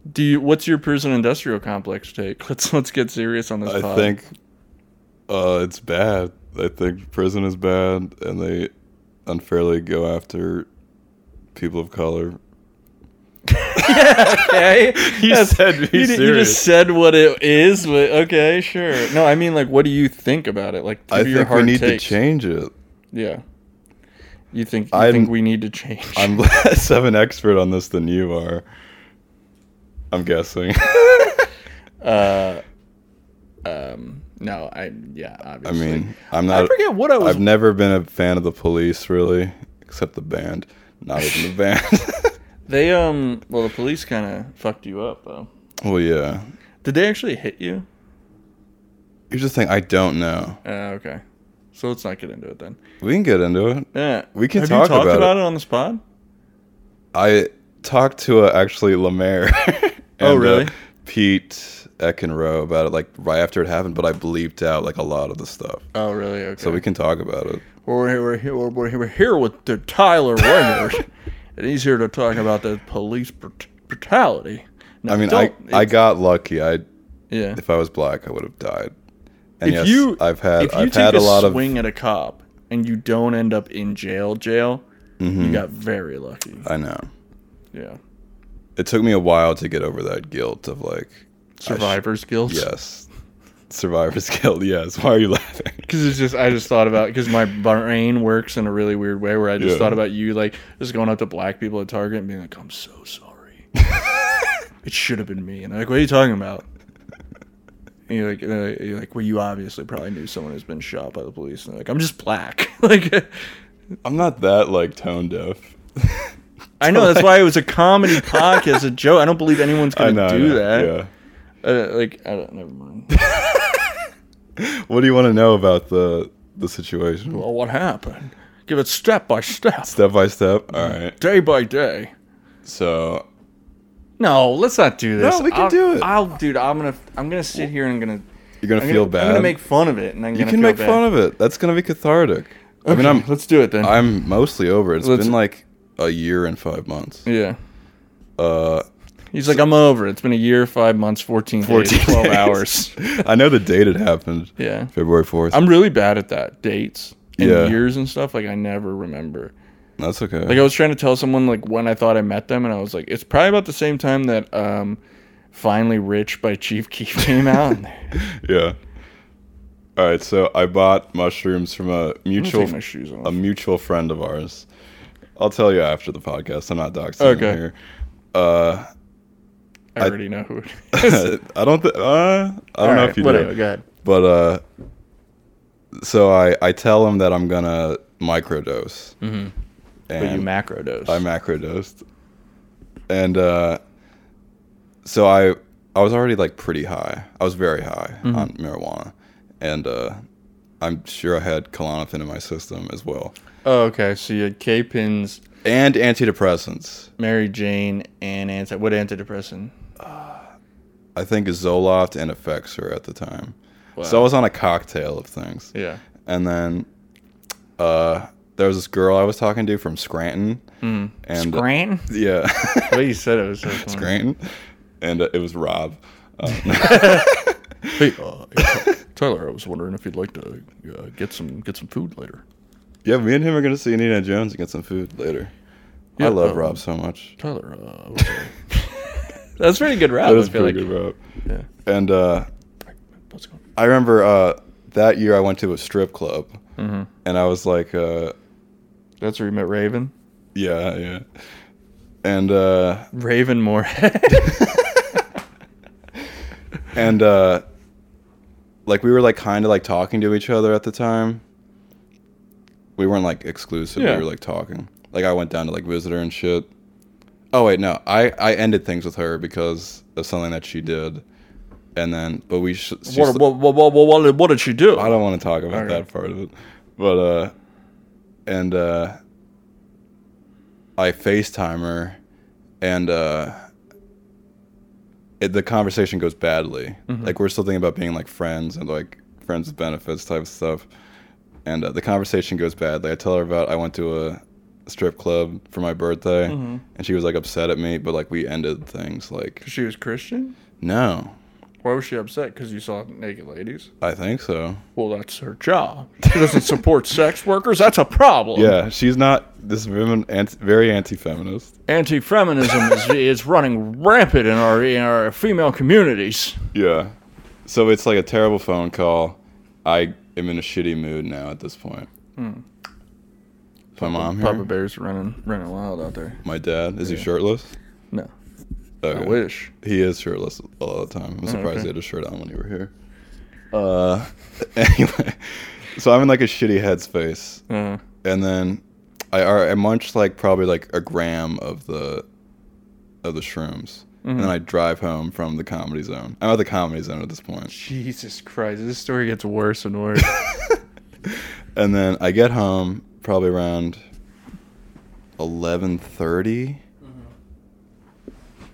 S6: do you? What's your prison industrial complex take? Let's let's get serious on this.
S2: I
S6: pod.
S2: think uh, it's bad. I think prison is bad, and they unfairly go after people of color.
S6: Okay.
S2: You
S6: That's-
S2: said be
S6: you, di- you
S2: serious.
S6: just said what it is, but okay, sure. No, I mean like, what do you think about it? Like, give
S2: I think
S6: your
S2: we
S6: hard
S2: need
S6: takes.
S2: to change it.
S6: Yeah. You think you
S2: I'm-
S6: think we need to change?
S2: I'm less of an expert on this than you are. I'm guessing.
S6: no, I yeah,
S2: I
S6: obviously.
S2: mean, I'm not.
S6: I forget what I was.
S2: I've never been a fan of the police, really, except the band. Not even the band.
S6: they um. Well, the police kind of fucked you up though.
S2: well, yeah.
S6: Did they actually hit you?
S2: Here's the thing. I don't know.
S6: Uh, okay. So let's not get into it then.
S2: We can get into it.
S6: Yeah.
S2: We can
S6: Have
S2: talk
S6: you talked
S2: about it.
S6: it. on the spot?
S2: I talked to uh, actually Lemaire. and,
S6: Oh, really?
S2: Uh, Pete Eckenrow about it, like right after it happened. But I bleeped out like a lot of the stuff,
S6: Oh, really? Okay.
S2: so we can talk about it.
S6: we're, here, we're, here, we're, we're here- we're here with the Tyler Wingers, and he's here to talk about the police brut- brutality. Now,
S2: I mean, I
S6: don't-
S2: I
S6: it's-
S2: got lucky. I
S6: yeah.
S2: if I was black, I would have died. And
S6: If
S2: yes,
S6: you,
S2: I've had
S6: if you
S2: I've
S6: take
S2: had a, lot of
S6: swing at a cop and you don't end up in jail, jail,
S2: Hmm.
S6: you got very lucky.
S2: Mm-hmm. I know.
S6: Yeah.
S2: It took me a while to get over that guilt of like,
S6: Survivor's guilt.
S2: yes, survivor's guilt. Yes. Why are you laughing?
S6: Because it's just, I just thought about, because my brain works in a really weird way where I just
S2: Yeah.
S6: thought about you, like, just going up to black people at Target and being like, I'm so sorry. it should have been me. And they're like, what are you talking about? And you're like, uh, you're like, well, you obviously probably knew someone who's been shot by the police. And they're like, I'm just black. like,
S2: I'm not that like tone deaf.
S6: I know. That's why it was a comedy podcast, it's a joke. I don't believe anyone's
S2: I
S6: going
S2: know.
S6: to
S2: I
S6: do
S2: know,
S6: that. Uh, like, I don't, never mind.
S2: Yeah. What do you want to know about the the situation?
S6: well, what happened? Give it step by step,
S2: Step by step. All right.
S6: day by day.
S2: So
S6: No, let's not do this.
S2: No, we can
S6: I'll-
S2: do it.
S6: I'll, dude. I'm gonna, I'm gonna sit here and I'm gonna
S2: you're gonna
S6: I'm
S2: feel
S6: gonna,
S2: bad.
S6: I'm gonna make fun of it, and I'm
S2: you
S6: gonna
S2: can make fun of it. That's gonna be cathartic. I mean, I'm
S6: let's do it then.
S2: I'm mostly over. it. It's
S6: Let's-
S2: been like a year and five months.
S6: yeah. Uh, he's like, I'm over. it. It's been a year, five months, fourteen,
S2: 14
S6: 14 days, twelve
S2: days.
S6: hours.
S2: I know the date it happened.
S6: Yeah.
S2: February fourth.
S6: I'm really bad at that dates and
S2: Yeah.
S6: years and stuff. Like I never remember.
S2: That's okay.
S6: Like oh. I was trying to tell someone like when I thought I met them, and I was like, it's probably about the same time that um, finally Rich by Chief Keef came out. And
S2: yeah. All right, so I bought mushrooms from a mutual
S6: my shoes off.
S2: a mutual friend of ours. I'll tell you after the podcast. I'm not doxing
S6: Okay.
S2: okay. here. Uh,
S6: I already know who. It is.
S2: I don't. Th- uh, I don't know if you
S6: whatever.
S2: do.
S6: Go ahead.
S2: But uh, so I I tell him that I'm gonna microdose. Mm-hmm. And
S6: But you macro dose.
S2: I macrodosed, and uh, so I I was already like pretty high. I was very high
S6: Mm-hmm.
S2: on marijuana, and uh, I'm sure I had Klonopin in my system as well,
S6: Oh, okay. So you had K pins,
S2: and antidepressants.
S6: Mary Jane, and anti. What antidepressant?
S2: I think Zoloft and Effexor at the time. So I was on a cocktail of things.
S6: Yeah.
S2: and then uh, there was this girl I was talking to from Scranton,
S6: Mm-hmm.
S2: and uh,
S6: Grant.
S2: yeah.
S6: The way you said it was so funny.
S2: Scranton, and uh, it was Rob.
S6: Hey, uh, hey, Ty- Tyler, I was wondering if you'd like to uh, get some get some food later.
S2: Yeah, me and him are gonna see Indiana Jones and get some food later.
S6: Yeah,
S2: I love
S6: um,
S2: Rob so much.
S6: Tyler, uh, I was, uh, that's pretty good rap.
S2: That is
S6: I feel
S2: pretty
S6: like.
S2: good, Rob.
S6: Yeah.
S2: And uh,
S6: Let's go.
S2: I remember uh, that year I went to a strip club,
S6: Mm-hmm.
S2: and I was like, uh,
S6: That's where you met Raven.
S2: yeah, yeah, and uh,
S6: Raven Moorhead.
S2: and uh, like we were like kind of like talking to each other at the time. We weren't like exclusive.
S6: Yeah.
S2: We were like talking. Like I went down to like visit her and shit. Oh wait, no. I I ended things with her because of something that she did, and then but we. Sh- she
S6: What,
S2: sl-
S6: what, what, what, what, did- what did she do?
S2: I don't want to talk about
S6: Okay.
S2: that part of it, but uh, and uh, I FaceTime her, and uh, it, the conversation goes badly. Like we're still thinking about being like friends and like friends with benefits type of stuff, and uh, the conversation goes badly. I tell her about I went to a strip club for my birthday, and she was like upset at me, but like we ended things like
S6: She was Christian?
S2: no,
S6: Why was she upset? Because you saw naked ladies?
S2: I think so.
S6: Well, that's her job. She doesn't support sex workers. That's a problem.
S2: Yeah, she's not this woman anti, very anti-feminist.
S6: Anti-feminism is, is running rampant in our in our female communities.
S2: Yeah. So it's like a terrible phone call. I am in a shitty mood now at this point.
S6: Hmm.
S2: Is My mom here.
S6: Papa Bear's running running wild out there.
S2: My dad. Is he shirtless?
S6: No, I
S2: Okay.
S6: wish. Oh,
S2: He is shirtless a lot of the time. I'm surprised he had a shirt on when you were here. Uh, anyway, so I'm in like a shitty headspace,
S6: Uh,
S2: and then I I munched like probably like a gram of the of the shrooms,
S6: Mm-hmm.
S2: and then I drive home from the comedy zone. I'm at the comedy zone at this point.
S6: Jesus Christ, this story gets worse and worse.
S2: and then I get home probably around eleven
S6: Mm-hmm.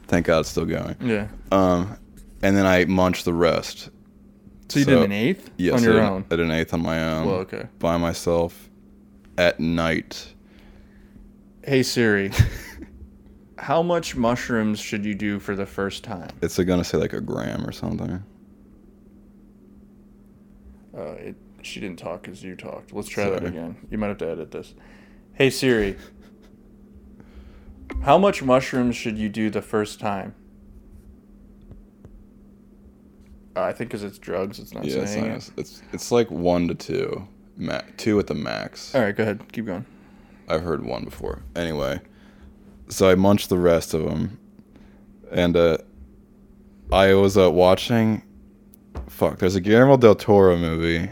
S2: Thank God it's still going.
S6: yeah.
S2: Um, and then I munch the rest.
S6: So you
S2: So-
S6: did an eighth
S2: Yes,
S6: on
S2: I
S6: your
S2: did an-
S6: own.
S2: I did an eighth on my own.
S6: Well, okay.
S2: By myself, at night.
S6: Hey Siri, how much mushrooms should you do for the first time?
S2: It's gonna say like a gram or something.
S6: Uh, it, she didn't talk as you talked. Let's try that
S2: Sorry.
S6: again. You might have to edit this. Hey Siri, how much mushrooms should you do the first time? Uh, I think because it's drugs, it's not
S2: yeah, it's,
S6: saying. it.
S2: nice. it's it's like one to two, ma- two at the max.
S6: All right, go ahead. Keep going.
S2: I've heard one before. Anyway, so I munched the rest of them, and uh, I was uh, watching. Fuck, there's a Guillermo del Toro movie.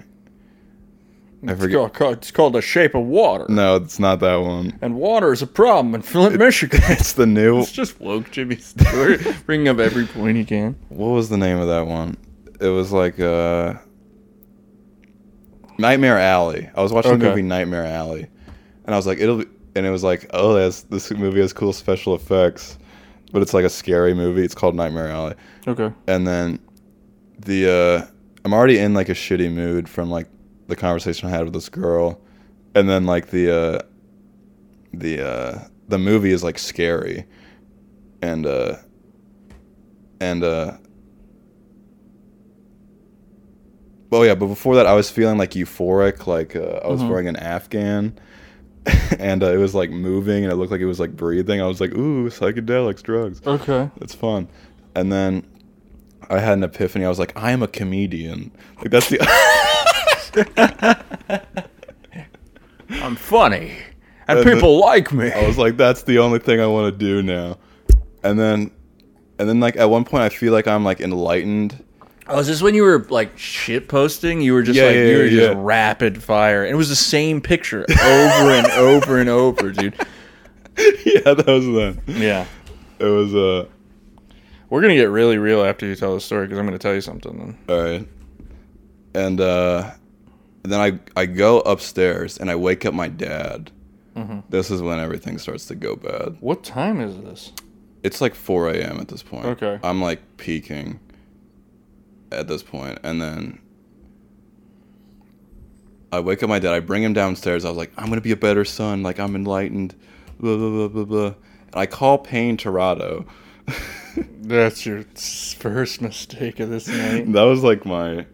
S2: I
S6: It's
S2: forget.
S6: called, called- it's called The Shape of Water.
S2: No, it's not that one.
S6: And water is a problem in Flint, Michigan.
S2: It's the new.
S6: It's just woke Jimmy Stewart, bringing up every point he can.
S2: What was the name of that one? It was like uh, Nightmare Alley. I was watching
S6: Okay.
S2: the movie Nightmare Alley, and I was like, it'll. Be, and it was like, oh, that's, this movie has cool special effects, but it's like a scary movie. It's called Nightmare Alley.
S6: Okay.
S2: and then the uh I'm already in like a shitty mood from like the conversation I had with this girl and then like the uh the uh the movie is like scary and uh and uh Oh yeah, but before that I was feeling like euphoric, like uh, I was wearing an afghan and uh, it was like moving and it looked like it was like breathing. I was like, "Ooh, psychedelics, drugs."
S6: Okay.
S2: It's fun. And then I had an epiphany. I was like, I am a comedian. Like that's the
S6: I'm funny.
S2: And
S6: And
S2: Uh, the- Oh,
S6: people like me.
S2: I was like, that's the only thing I want to do now. And then and then like at one point I feel like I'm like enlightened.
S6: Oh, is this when you were like shit posting? You were just
S2: Yeah,
S6: like
S2: yeah,
S6: you were
S2: yeah,
S6: just
S2: yeah.
S6: rapid fire. And it was the same picture over and over and over, dude.
S2: yeah, that was then.
S6: Yeah.
S2: It was uh
S6: We're gonna get really real after you tell the story because I'm gonna tell you something. Then.
S2: all right. And uh then I I go upstairs and I wake up my dad. This is when everything starts to go bad.
S6: What time is this?
S2: It's like 4 a.m. at this point.
S6: Okay.
S2: I'm like peaking at this point, and then I wake up my dad. I bring him downstairs. I was like, I'm gonna be a better son. Like I'm enlightened. Blah blah blah blah blah. And I call Payne Torado.
S6: That's your first mistake of this night.
S2: That was like my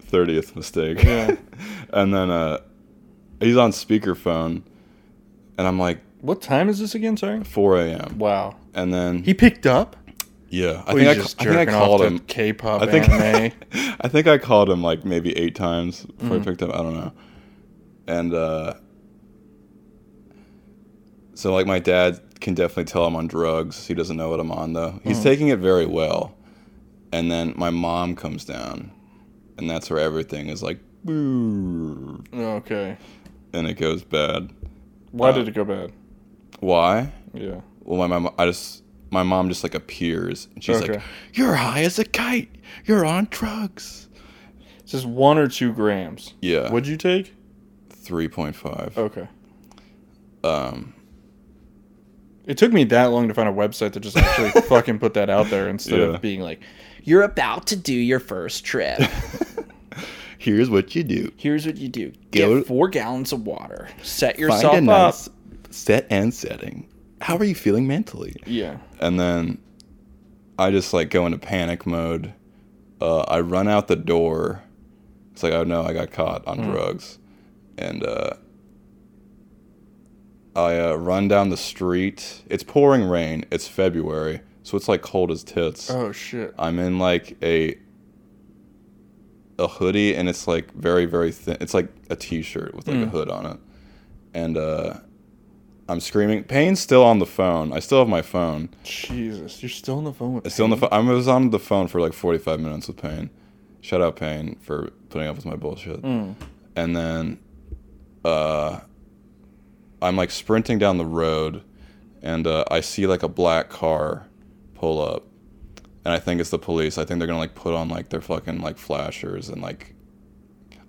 S2: thirtieth mistake.
S6: Yeah.
S2: and then uh, he's on speakerphone, and I'm like
S6: What time is this again? Sorry.
S2: 4 a.m.
S6: Wow.
S2: And then
S6: He picked up.
S2: yeah, I
S6: Well,
S2: think I,
S6: he's
S2: ca- I think I called
S6: to
S2: him.
S6: K-pop
S2: I think
S6: anime.
S2: I think I called him like maybe eight times before
S6: Mm-hmm.
S2: I picked up. I don't know. And uh, so like my dad can definitely tell I'm on drugs. He doesn't know what I'm on though.
S6: Mm.
S2: He's taking it very well. And then my mom comes down, and that's where everything is like, "Brrr,"
S6: okay.
S2: and it goes bad.
S6: Uh, Why did it go bad?
S2: Why?
S6: Yeah.
S2: well, my mom, I just, my mom just like appears and she's like,
S6: Okay.
S2: "You're high as a kite. You're on drugs."
S6: Just one or two grams.
S2: Yeah,
S6: What'd you take?
S2: three point five.
S6: Okay.
S2: Um,
S6: It took me that long to find a website that just actually fucking put that out there instead
S2: Yeah.
S6: of being like,
S7: You're about to do your first trip.
S2: here's what you do:
S7: Here's what you do
S2: Go-
S7: get four gallons of water, set
S2: find
S7: yourself
S2: a
S7: up.
S2: nice set and setting. How are you feeling mentally?
S6: yeah.
S2: and then I just like go into panic mode. Uh, I run out the door. It's like, oh no, I got caught on drugs, and uh, I uh, run down the street. It's pouring rain. It's February, so it's like cold as tits.
S6: Oh shit.
S2: I'm in like a a hoodie and it's like very very thin. It's like a t-shirt with like a hood on it. And uh I'm screaming. Payne's still on the phone. I still have my phone.
S6: Jesus. You're still on the phone with
S2: It's still on the phone. I was on the phone for like 45 minutes with Payne. Shout out Payne for putting up with my bullshit. And then uh I'm like sprinting down the road and uh, I see like a black car pull up and I think it's the police. I think they're gonna like put on like their fucking like flashers and like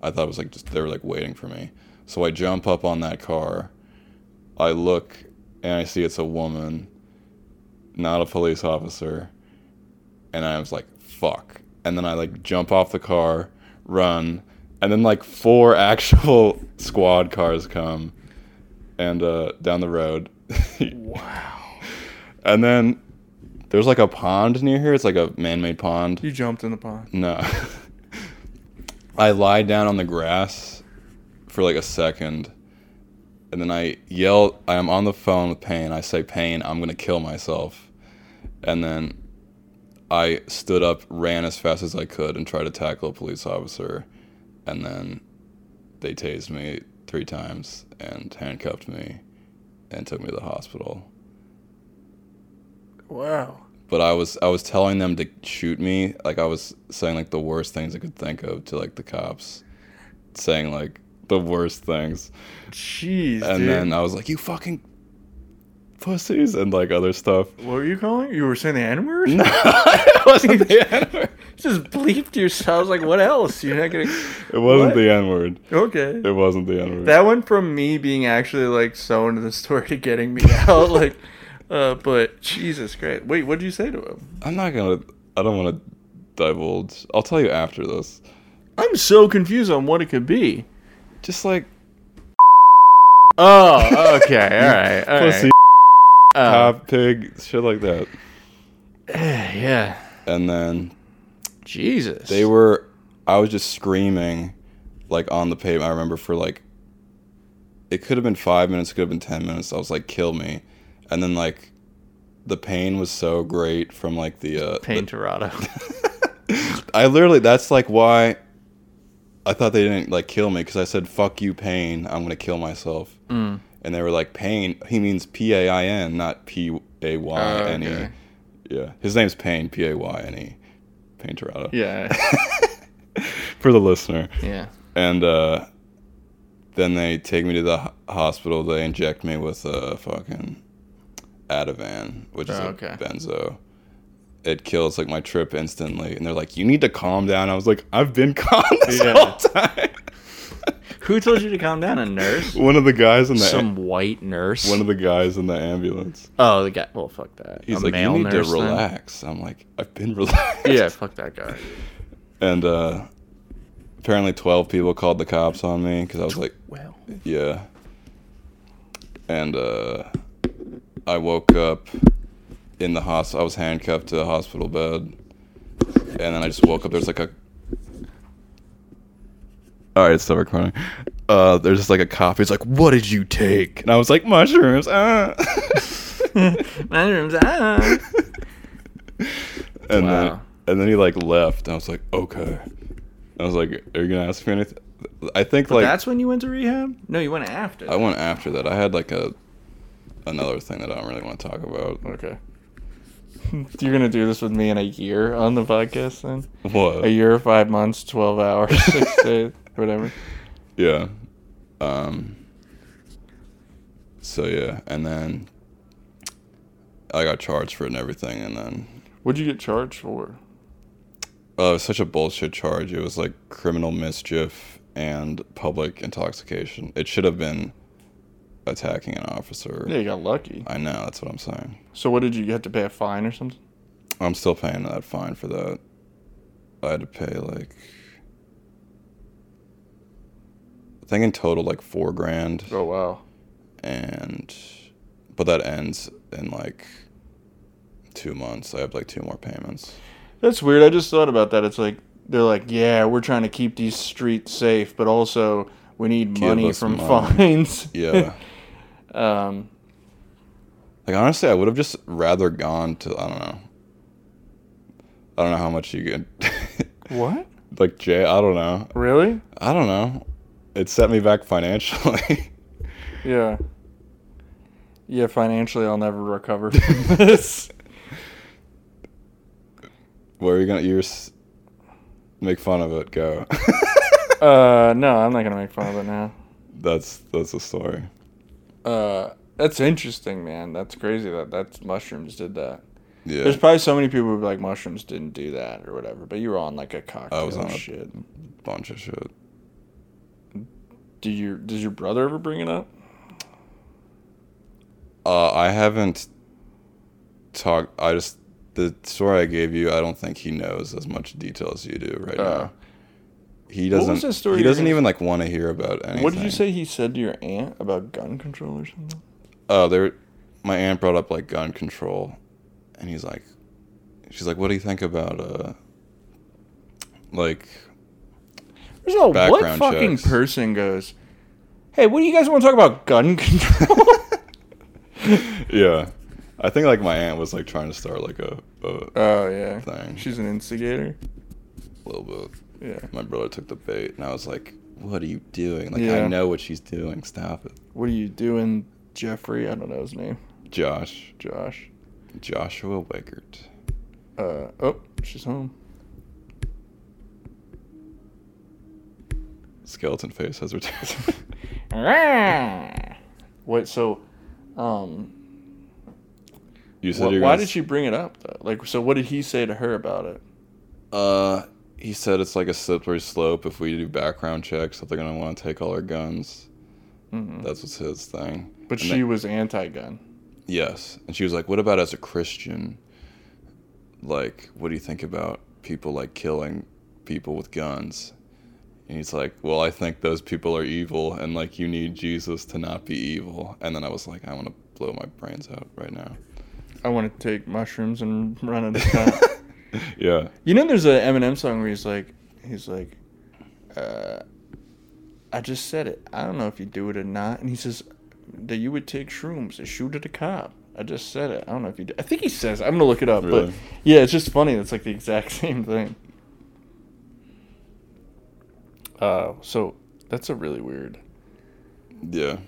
S2: I thought it was like just they were like waiting for me. So I jump up on that car. I look and I see it's a woman, not a police officer, and I was like, fuck. And then I like jump off the car, run, and then like four actual squad cars come and uh down the road. wow. And then there's like a pond near here. It's like a man-made pond.
S6: You jumped in the pond.
S2: No. I lie down on the grass for like a second, and then I yell. I'm on the phone with Payne. I say, "Payne, I'm gonna kill myself," and then I stood up, ran as fast as I could, and tried to tackle a police officer, and then they tased me three times and handcuffed me and took me to the hospital
S6: Wow.
S2: but I was I was telling them to shoot me. Like I was saying like the worst things I could think of to like the cops, saying like the worst things,
S6: Jeez,
S2: and
S6: dude.
S2: then uh, I was like, "You fucking pussies," and like other stuff.
S6: what were you calling? You were saying the N word?
S2: it wasn't the N word.
S6: Just bleeped yourself. Like what else? You're not gonna.
S2: It wasn't
S6: What?
S2: the N word.
S6: Okay.
S2: It wasn't the N word.
S6: That went from me being actually like so into the story to getting me out. Like, uh, but Jesus Christ. Wait, what did you say to him?
S2: I'm not gonna. I don't want to divulge. I'll tell you after this.
S6: I'm so confused on what it could be.
S2: Just like
S6: Oh, okay. All right. All right. Uh.
S2: pussy, cop, pig, shit like that.
S6: Yeah.
S2: And then
S6: Jesus.
S2: They were. I was just screaming, like on the pavement. I remember for like. It could have been five minutes. Could have been ten minutes. I was like, "Kill me," and then like, the pain was so great from like the. Uh,
S6: Pain Torado.
S2: the- I literally. That's like why. I thought they didn't like kill me because I said "fuck you, pain." I'm gonna kill myself.
S6: Mm.
S2: And they were like, "Pain." He means P A I N, not P A Y N E.
S6: Oh, okay.
S2: Yeah, his name's Payne. P A Y N E. Payne Torado.
S6: Yeah.
S2: For the listener.
S6: Yeah.
S2: and uh, then they take me to the ho- hospital. They inject me with a fucking Ativan, which is
S6: Oh,
S2: a
S6: okay.
S2: benzo. It kills like my trip instantly, and they're like, "You need to calm down." I was like, "I've been calm this
S6: Yeah.
S2: whole time."
S6: Who told you to calm down? A nurse?
S2: one of the guys in the
S7: Some white nurse.
S2: one of the guys in the ambulance.
S7: oh, the guy. Well, fuck that.
S2: He's
S7: A
S2: like,
S7: male
S2: "You need to
S7: nurse then?
S2: relax." I'm like, "I've been relaxed."
S7: Yeah, fuck that guy.
S2: And uh, apparently, twelve people called the cops on me because I was like,
S7: Well,
S2: Yeah. And uh, I woke up in the hospital. I was handcuffed to a hospital bed, and then I just woke up. There's like a. All right, it's still recording. Uh, there's just like a cop. He's like, "What did you take?" And I was like, "Mushrooms." Ah.
S6: Mushrooms. Ah.
S2: and
S7: Wow.
S2: then and then he like left. And I was like, "Okay." I was like, "Are you gonna ask me anything?" I think like
S6: That's when you went to rehab? No, you went after.
S2: I went after that. I had like a another thing that I don't really want to talk about.
S6: Okay. You're gonna do this with me in a year on the podcast then?
S2: What?
S6: A year, five months, twelve hours, six days, whatever.
S2: Yeah. Um. So yeah, and then I got charged for it and everything, and then
S6: What'd you get charged for?
S2: uh, it was such a bullshit charge. It was like criminal mischief and public intoxication. It should have been attacking an officer.
S6: Yeah, you got lucky.
S2: I know that's what I'm saying.
S6: So what did you, you have to pay a fine or something?
S2: I'm still paying that fine for that. I had to pay like I think in total like four grand.
S6: Oh wow.
S2: and but that ends in like two months. I have like two more payments.
S6: That's weird. I just thought about that. It's like they're like, yeah, we're trying to keep these streets safe, but also we need
S2: Give
S6: money
S2: us
S6: from
S2: money.
S6: fines.
S2: Yeah.
S6: Um,
S2: like honestly, I would have just rather gone to I don't know. I don't know how much you get.
S6: what?
S2: like Jay, I don't know.
S6: Really?
S2: I don't know. It set me back financially.
S6: Yeah. Yeah, financially, I'll never recover from this.
S2: Where are you gonna you s make fun of it? Go.
S6: Uh, no, I'm not gonna make fun of it now.
S2: that's that's the story.
S6: Uh, that's interesting, man. That's crazy that that mushrooms did that.
S2: Yeah.
S6: There's probably so many people who be like mushrooms didn't do that or whatever, but you were on like a cocktail
S2: I was on a
S6: shit.
S2: bunch of shit.
S6: Do you? Does your brother ever bring it up?
S2: Uh, I haven't talked. I just the story I gave you. I don't think he knows as much detail as you do right
S6: Uh,
S2: now. He
S6: what was
S2: doesn't.
S6: that story
S2: he
S6: you were
S2: doesn't
S6: gonna-
S2: even like want to hear about anything.
S6: What did you say he said to your aunt about gun control or something?
S2: Oh, there. My aunt brought up like gun control, and he's like, she's like, what do you think about uh, like
S6: There's no what
S2: Background
S6: fucking
S2: checks.
S6: person goes. Hey, what do you guys want to talk about? Gun control?
S2: yeah. I think like my aunt was like trying to start like a, a
S6: oh yeah,
S2: Thing.
S6: she's an instigator.
S2: little bit.
S6: Yeah.
S2: My brother took the bait, and I was like, "What are you doing? Like
S6: Yeah.
S2: I know what she's doing. Stop it,
S6: What are you doing, Jeffrey? I don't know his name.
S2: Josh."
S6: Josh.
S2: Joshua Wickert.
S6: Uh oh, she's home.
S2: Skeleton face has returned.
S6: Wait, so, um,
S2: you
S6: wh-
S2: said you're
S6: why
S2: gonna
S6: did she bring it up though? Like, so what did he say to her about it?
S2: Uh, he said it's like a slippery slope. If we do background checks, that they're gonna want to take all our guns. That's what's his thing. And
S6: But she
S2: then-
S6: was anti-gun.
S2: yes, and she was like, "What about as a Christian? Like, what do you think about people like killing people with guns?" And he's like, "Well, I think those people are evil, and like you need Jesus to not be evil." And then I was like, "I want to blow my brains out right now."
S6: I want to take mushrooms and run out of town.
S2: Yeah.
S6: you know, there's an Eminem song where he's like, he's like, uh, I just said it. I don't know if you do it or not. And he says that you would take shrooms and shoot at a cop. I just said it. I don't know if you do. I think he says. I'm gonna look it up. But
S2: Really?
S6: yeah, it's just funny. It's like the exact same thing. Uh, so that's a really weird.
S2: Yeah.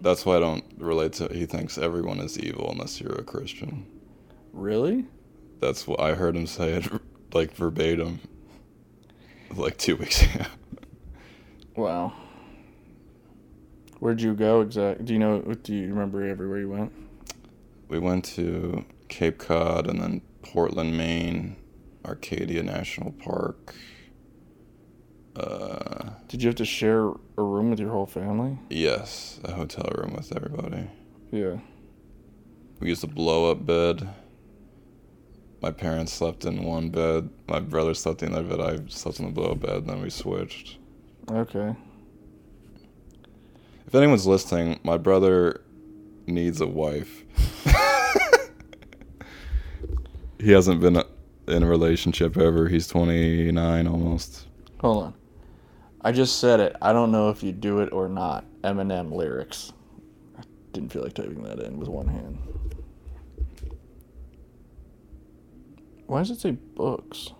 S2: That's why I don't relate to. He thinks everyone is evil unless you're a Christian.
S6: Really?
S2: That's what I heard him say it like verbatim, like two weeks ago.
S6: Wow. Where'd you go exact? Do you know? Do you remember everywhere you went?
S2: We went to Cape Cod and then Portland, Maine, Arcadia National Park. Uh,
S6: Did you have to share a room with your whole family?
S2: yes, a hotel room with everybody.
S6: Yeah.
S2: We used a blow up bed. My parents slept in one bed. My brother slept in the other bed. I slept in the blow up bed. And then we switched.
S6: Okay.
S2: If anyone's listening, my brother needs a wife. he hasn't been in a relationship ever. He's 29 almost.
S6: Hold on. I just said it. I don't know if you do it or not. Eminem lyrics. I didn't feel like typing that in with one hand. Why does it say books?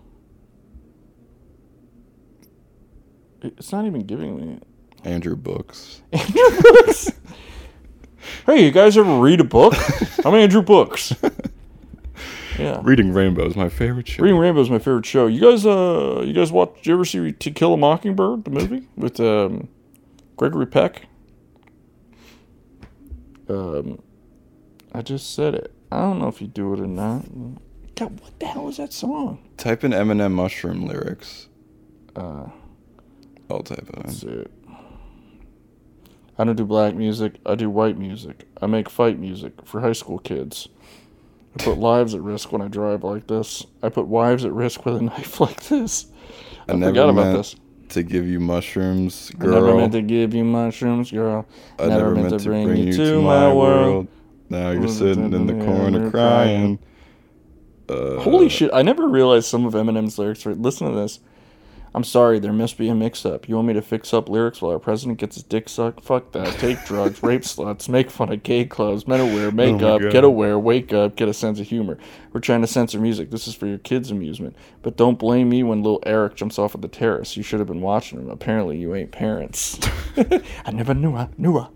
S6: It- It's not even giving me
S2: Andrew Books.
S6: Andrew Books. hey, you guys ever read a book? I'm Andrew Books. Yeah.
S2: Reading Rainbow is my favorite show.
S6: Reading Rainbow is my favorite show. You guys, uh, you guys watch? You ever see To Kill a Mockingbird, the movie with um, Gregory Peck? Um, I just said it. I don't know if you do it or not. God, what the hell is that song?
S2: Type in Eminem mushroom lyrics.
S6: Uh,
S2: I'll type it in.
S6: That's it. I don't do black music. I do white music. I make fight music for high school kids. I put lives at risk when I drive like this. I put wives at risk with a knife like this. I,
S2: never
S6: forgot about
S2: meant
S6: this.
S2: To give you mushrooms,
S6: I never
S2: girl.
S6: meant to give you mushrooms, girl.
S2: I never, meant, to bring, you to my world. Now you're sitting in the corner crying. Uh,
S6: Holy shit! I never realized some of Eminem's lyrics were. Listen to this. I'm sorry, there must be a mix-up. You want me to fix up lyrics while our president gets his dick sucked? Fuck that. Take drugs, rape sluts, make fun of gay clubs, men aware, make
S2: Oh my
S6: up,
S2: God.
S6: get aware, wake up, get a sense of humor. We're trying to censor music. This is for your kids' amusement. But don't blame me when little Eric jumps off of the terrace. You should have been watching him. Apparently, you ain't parents. I never knew I knew I.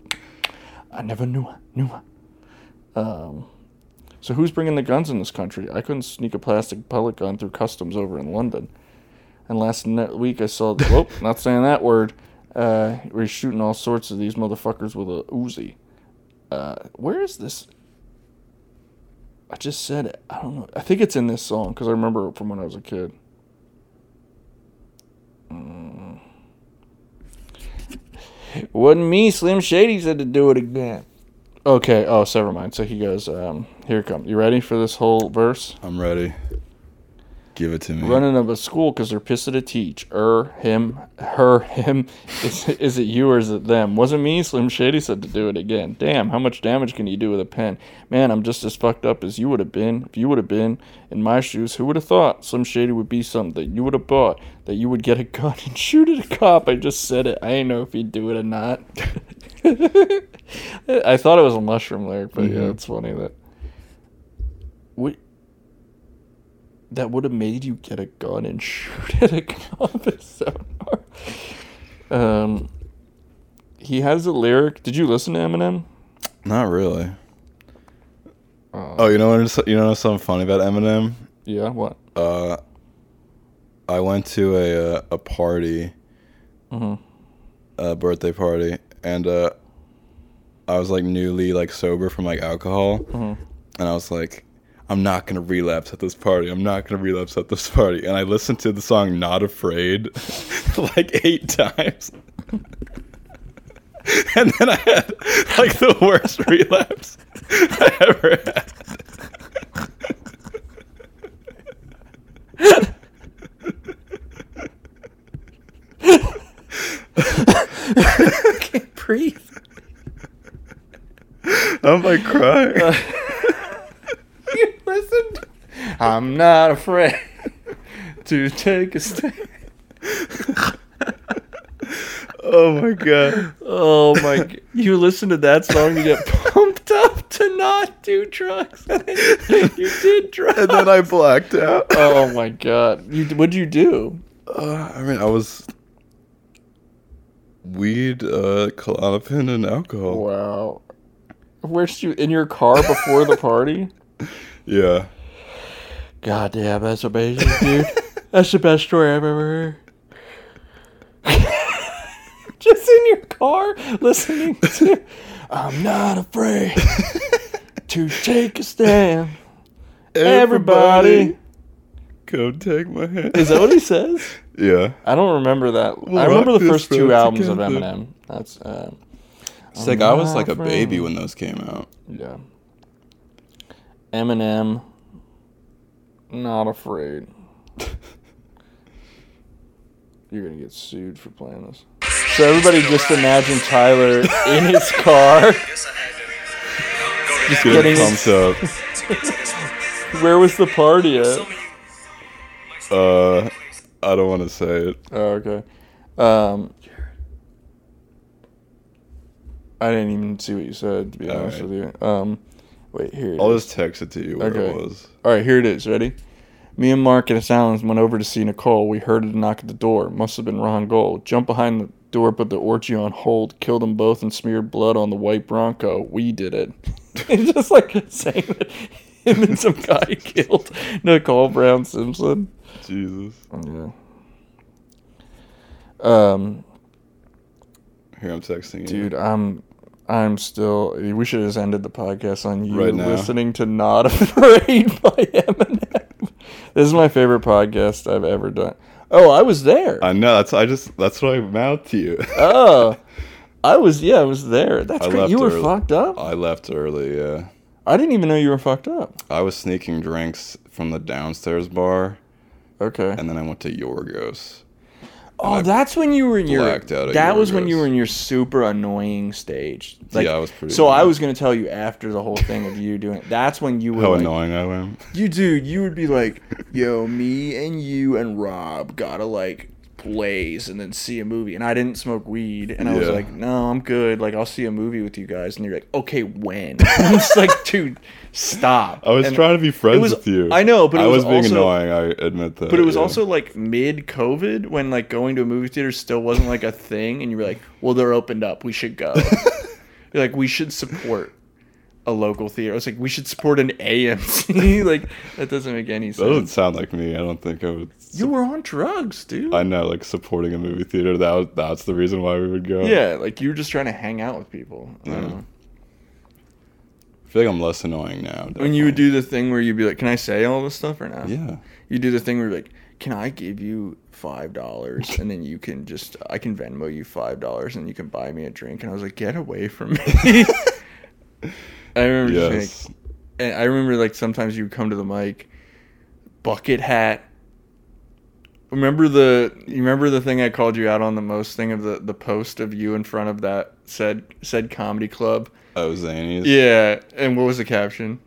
S6: I never knew I knew I. So who's bringing the guns in this country? I couldn't sneak a plastic pellet gun through customs over in London. And last ne- week I saw, whoop, not saying that word, uh, we're shooting all sorts of these motherfuckers with a Uzi. Uh, where is this? I just said it. I don't know. I think it's in this song because I remember it from when I was a kid. Mm. Wasn't me. Slim Shady said to do it again. Okay. Oh, so never mind. So he goes, um, here it comes. You ready for this whole verse?
S2: I'm ready. Give it to me.
S6: Running up a school because they're pissed at a teach. Er, him, her, him. Is, is it you or is it them? Wasn't me. Slim Shady said to do it again. Damn, how much damage can you do with a pen? Man, I'm just as fucked up as you would have been. If you would have been in my shoes, who would have thought Slim Shady would be something that you would have bought? That you would get a gun and shoot at a cop? I just said it. I ain't know if he'd do it or not. I thought it was a mushroom lyric, but yeah, it's funny that. What? that would have made you get a gun and shoot at a cop is so gnarly. Um, he has a lyric. Did you listen to Eminem?
S2: Not really. oh, you know what? is- You know what's something funny about Eminem?
S6: Yeah. What?
S2: Uh, I went to a uh, a party, a birthday party, and uh, I was like newly like sober from like alcohol, and I was like, I'm not gonna relapse at this party. I'm not gonna relapse at this party. And I listened to the song "Not Afraid" like eight times. And then I had like the worst relapse I ever had.
S6: Breathe.
S2: I'm like crying.
S6: I'm not afraid to take a stand.
S2: oh my god.
S6: Oh my! g- You listen to that song, you get pumped up to not do drugs. you did drugs.
S2: and then I blacked out.
S6: Oh my god! You what'd you do?
S2: Uh, I mean, I was weed, uh, Klonopin, and alcohol.
S6: Wow. Where's you in your car before the party?
S2: Yeah,
S6: God damn, that's amazing, dude. that's the best story I've ever heard. Just in your car, listening to I'm not afraid to take a stand. Everybody.
S2: go take my hand.
S6: Is that what he says?
S2: yeah,
S6: I don't remember that.
S2: We'll
S6: I remember
S2: rock
S6: the
S2: this
S6: first two
S2: road
S6: albums of
S2: together.
S6: Eminem. That's uh,
S2: it's like I was like a baby when those came out.
S6: yeah. Eminem, not afraid. You're gonna get sued for playing this. So everybody just imagine Tyler in his car.
S2: Just
S6: getting-
S2: getting pumped up.
S6: Where was the party at?
S2: Uh, I don't want to say it.
S6: Oh, okay. Um, I didn't even see what you said to be
S2: All
S6: honest
S2: right.
S6: with you. Um, wait here. it
S2: I'll
S6: is.
S2: just text it to you where it
S6: Okay.
S2: was.
S6: All right, here it is. Ready? Me and Mark and his Allens went over to see Nicole. We heard a knock at the door. Must have been Ron Gold. Jumped behind the door, put the orgy on hold, killed them both, and smeared blood on the white Bronco. We did it. it's just like saying that him and some guy killed Nicole Brown Simpson.
S2: Jesus.
S6: Yeah. Um,
S2: Here I'm texting you.
S6: dude, I'm I'm still. We should have just ended the podcast on you
S2: Right now.
S6: listening to "Not Afraid" by Eminem. This is my favorite podcast I've ever done. Oh, I was there.
S2: I know. That's I just that's what I mouthed to you.
S6: oh, I was. Yeah, I was there. That's
S2: I
S6: great.
S2: left
S6: You were
S2: early.
S6: fucked up.
S2: I left early. Yeah,
S6: I didn't even know you were fucked up.
S2: I was sneaking drinks from the downstairs bar,
S6: Okay.
S2: and then I went to Yorgos.
S6: oh, that's when you were in your.
S2: blacked out at
S6: that was when
S2: Yorgos.
S6: you were in your super annoying stage. Like,
S2: I was pretty
S6: So I
S2: annoyed.
S6: was gonna tell you after the whole thing of you doing. That's when you were.
S2: How
S6: like,
S2: annoying I am!
S6: You dude, you would be like, yo, me and you and Rob gotta like blaze and then see a movie. And I didn't smoke weed, and I was
S2: Yeah.
S6: like, no, I'm good. Like I'll see a movie with you guys, and you're like, okay, when? And it's like, dude, stop.
S2: I was
S6: And-
S2: trying to be friends
S6: it was-
S2: with you.
S6: I know, but it
S2: I
S6: was
S2: was, being
S6: also-
S2: annoying. I admit that.
S6: But it was
S2: yeah.
S6: also like mid COVID when like going to a movie theater still wasn't like a thing, and you were like, well, they're opened up, we should go. You're like, we should support. A local theater. I was like, we should support an AMC. like, that doesn't make any
S2: that doesn't
S6: sense.
S2: sound like me. I don't think I would.
S6: You were on drugs, dude.
S2: I know, like supporting a movie theater. That was, that's the reason why we would go.
S6: yeah, like you were just trying to hang out with people. I don't know.
S2: I feel like I'm less annoying now.
S6: When you would do the thing where you'd be like, "Can I say all this stuff or not?"
S2: definitely.
S6: You do the thing where you're like, "Can I give you five dollars and then you can just I can Venmo you five dollars and you can buy me a drink?" And I was like, "Get away from me." I remember
S2: Yeah.
S6: just being
S2: Yes.
S6: like, and I remember like sometimes you would come to the mic, bucket hat. Remember the you remember the thing I called you out on the most thing of the the post of you in front of that said said comedy club.
S2: Oh, Zanies.
S6: Yeah, and what was the caption?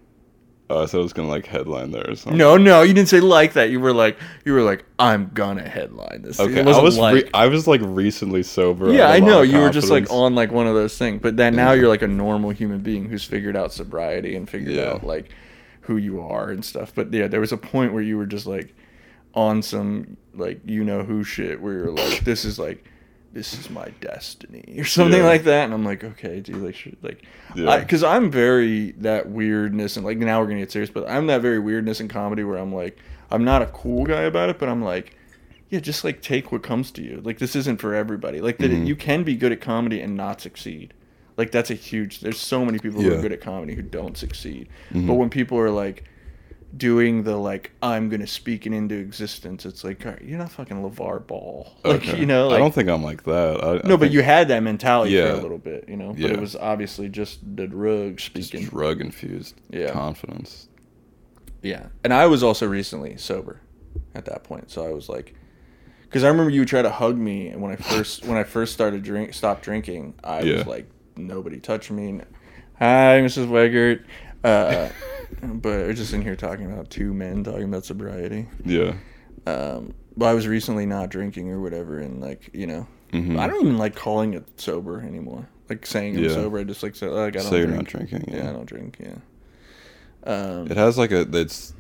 S2: Oh, I said I was gonna like headline there or something.
S6: No, no, you didn't say like that. You were like, you were like, I'm gonna headline this.
S2: Okay.
S6: It
S2: I
S6: wasn't
S2: was
S6: like-
S2: re- I was like recently sober.
S6: yeah,
S2: had a
S6: I
S2: lot
S6: know
S2: of
S6: you were just like
S2: confidence.
S6: on like one of those things, but then now you're like a normal human being who's figured out sobriety and figured
S2: Yeah.
S6: out like who you are and stuff. But yeah, there was a point where you were just like on some like you know who shit where you're like, this is like. This is my destiny, or something
S2: Yeah.
S6: like that, and I'm like, okay, dude, like, should, like,
S2: Yeah.
S6: because I'm very that weirdness and like now we're gonna get serious, but I'm that very weirdness in comedy where I'm like I'm not a cool guy about it, but I'm like, yeah, just like take what comes to you. Like this isn't for everybody. Like
S2: Mm-hmm.
S6: that you can be good at comedy and not succeed. Like that's a huge. There's so many people who
S2: Yeah. Mm-hmm.
S6: are good at comedy who don't succeed. But when people are like doing the like I'm gonna speak it into existence, it's like all right, you're not fucking LeVar Ball. Like
S2: Okay.
S6: you know, like,
S2: I don't think I'm like that. I, I
S6: no, but
S2: think
S6: you had that mentality for
S2: Yeah.
S6: a little bit, you know. But
S2: Yeah.
S6: it was obviously just the drug
S2: just
S6: speaking.
S2: drug infused
S6: Yeah.
S2: confidence.
S6: Yeah. And I was also recently sober at that point. So I was like cuz I remember you would try to hug me and when I first when I first started drink stopped drinking, I
S2: Yeah.
S6: was like nobody touched me. Hi, Mrs. Weigert. Uh but we're just in here talking about two men talking about sobriety.
S2: Yeah.
S6: Um but I was recently not drinking or whatever and like, you know, I don't even like calling it sober anymore. Like saying I'm
S2: Mm-hmm. Yeah.
S6: sober, I just like say "Oh, like I don't
S2: So you're not
S6: drink.
S2: drinking.
S6: yeah, I don't drink, yeah. Um
S2: It has like a that's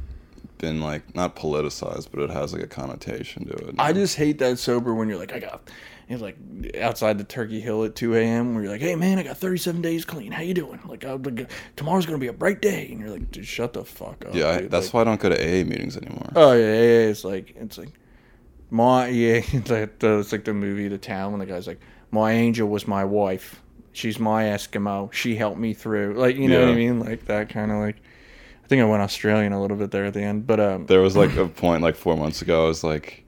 S2: been like not politicized, but it has like a connotation to it.
S6: I just hate that sober when you're like, I got, you're like outside the Turkey Hill at 2 a.m. where you're like, hey man, I got 37 days clean. How you doing? Like, I, like tomorrow's gonna be a bright day, and you're like, dude, shut the fuck up.
S2: yeah, I,
S6: dude.
S2: that's
S6: like,
S2: why I don't go to AA meetings anymore.
S6: Oh yeah, yeah, yeah, it's like it's like my yeah, it's like the, it's like the movie The Town when the guy's like, my angel was my wife. She's my Eskimo. She helped me through. Like you know what I
S2: Yeah.
S6: mean? Like that kind of like. I think I went Australian a little bit there at the end, but um,
S2: there was like a point like four months ago. I was like,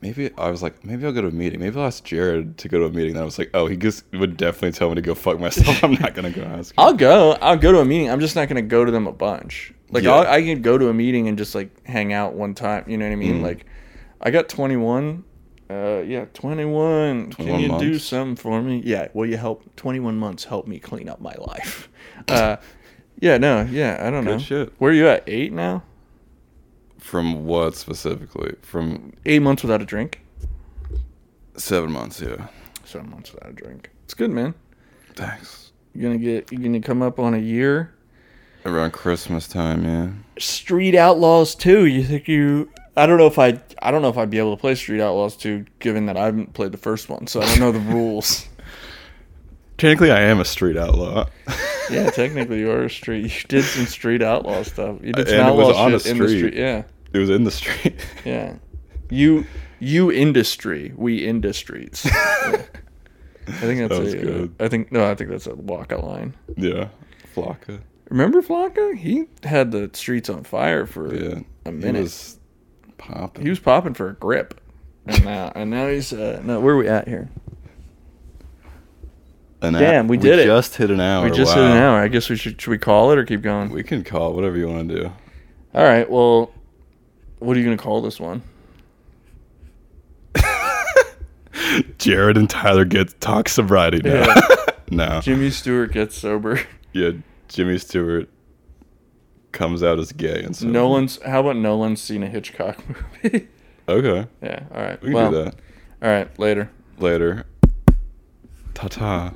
S2: maybe I was like, maybe I'll go to a meeting. Maybe I'll ask Jared to go to a meeting. And I was like, oh, he just would definitely tell me to go fuck myself. I'm not gonna go ask. Him.
S6: I'll go. I'll go to a meeting. I'm just not going to go to them a bunch. Like
S2: Yeah.
S6: I'll, I can go to a meeting and just like hang out one time. You know what I
S2: Mm-hmm.
S6: mean? Like I got 21. Uh, yeah, 21. Can
S2: 21
S6: you do
S2: months.
S6: something for me? Yeah. Will you help? 21 months. Help me clean up my life. Uh, yeah. No. Yeah. I don't
S2: Good
S6: know.
S2: shit.
S6: Where are you at? Eight now.
S2: From what specifically? From
S6: Eight months without a drink.
S2: seven months. Yeah.
S6: Seven months without a drink. It's good, man.
S2: Thanks.
S6: You're gonna get. You're gonna come up on a year.
S2: Around Christmas time, yeah.
S6: Street Outlaws 2. You think you I don't know if I I don't know if I'd be able to play Street Outlaws 2 given that I haven't played the first one, so I don't know the rules.
S2: Technically, I am a street outlaw.
S6: Yeah, technically you are a street. You did some Street Outlaw stuff. You did some
S2: Uh, And it was
S6: outlaw
S2: on a
S6: shit in the
S2: street.
S6: street. Yeah.
S2: it was in the street.
S6: Yeah. You you industry, we industries. Yeah. I think that's
S2: That was
S6: a,
S2: good.
S6: I think no, I think that's a Waka line.
S2: Yeah. Flocka.
S6: Remember Flocka? He had the streets on fire for
S2: Yeah.
S6: a
S2: He
S6: minute.
S2: was popping.
S6: he was popping for a grip, and now and now he's uh, no. Where are we at here?
S2: An
S6: Damn, we did it.
S2: just hit an hour.
S6: we just
S2: Oh, wow.
S6: hit an hour. I guess we should should we call it or keep going?
S2: We can call it whatever you want to do.
S6: All right. Well, what are you gonna call this one?
S2: Jared and Tyler get talk sobriety now. no.
S6: Jimmy Stewart gets sober.
S2: yeah. Jimmy Stewart comes out as gay and so
S6: Nolan's. How about Nolan's seen a Hitchcock movie?
S2: Okay.
S6: yeah. All right.
S2: We can
S6: well,
S2: do that
S6: All right. Later.
S2: later. Ta ta.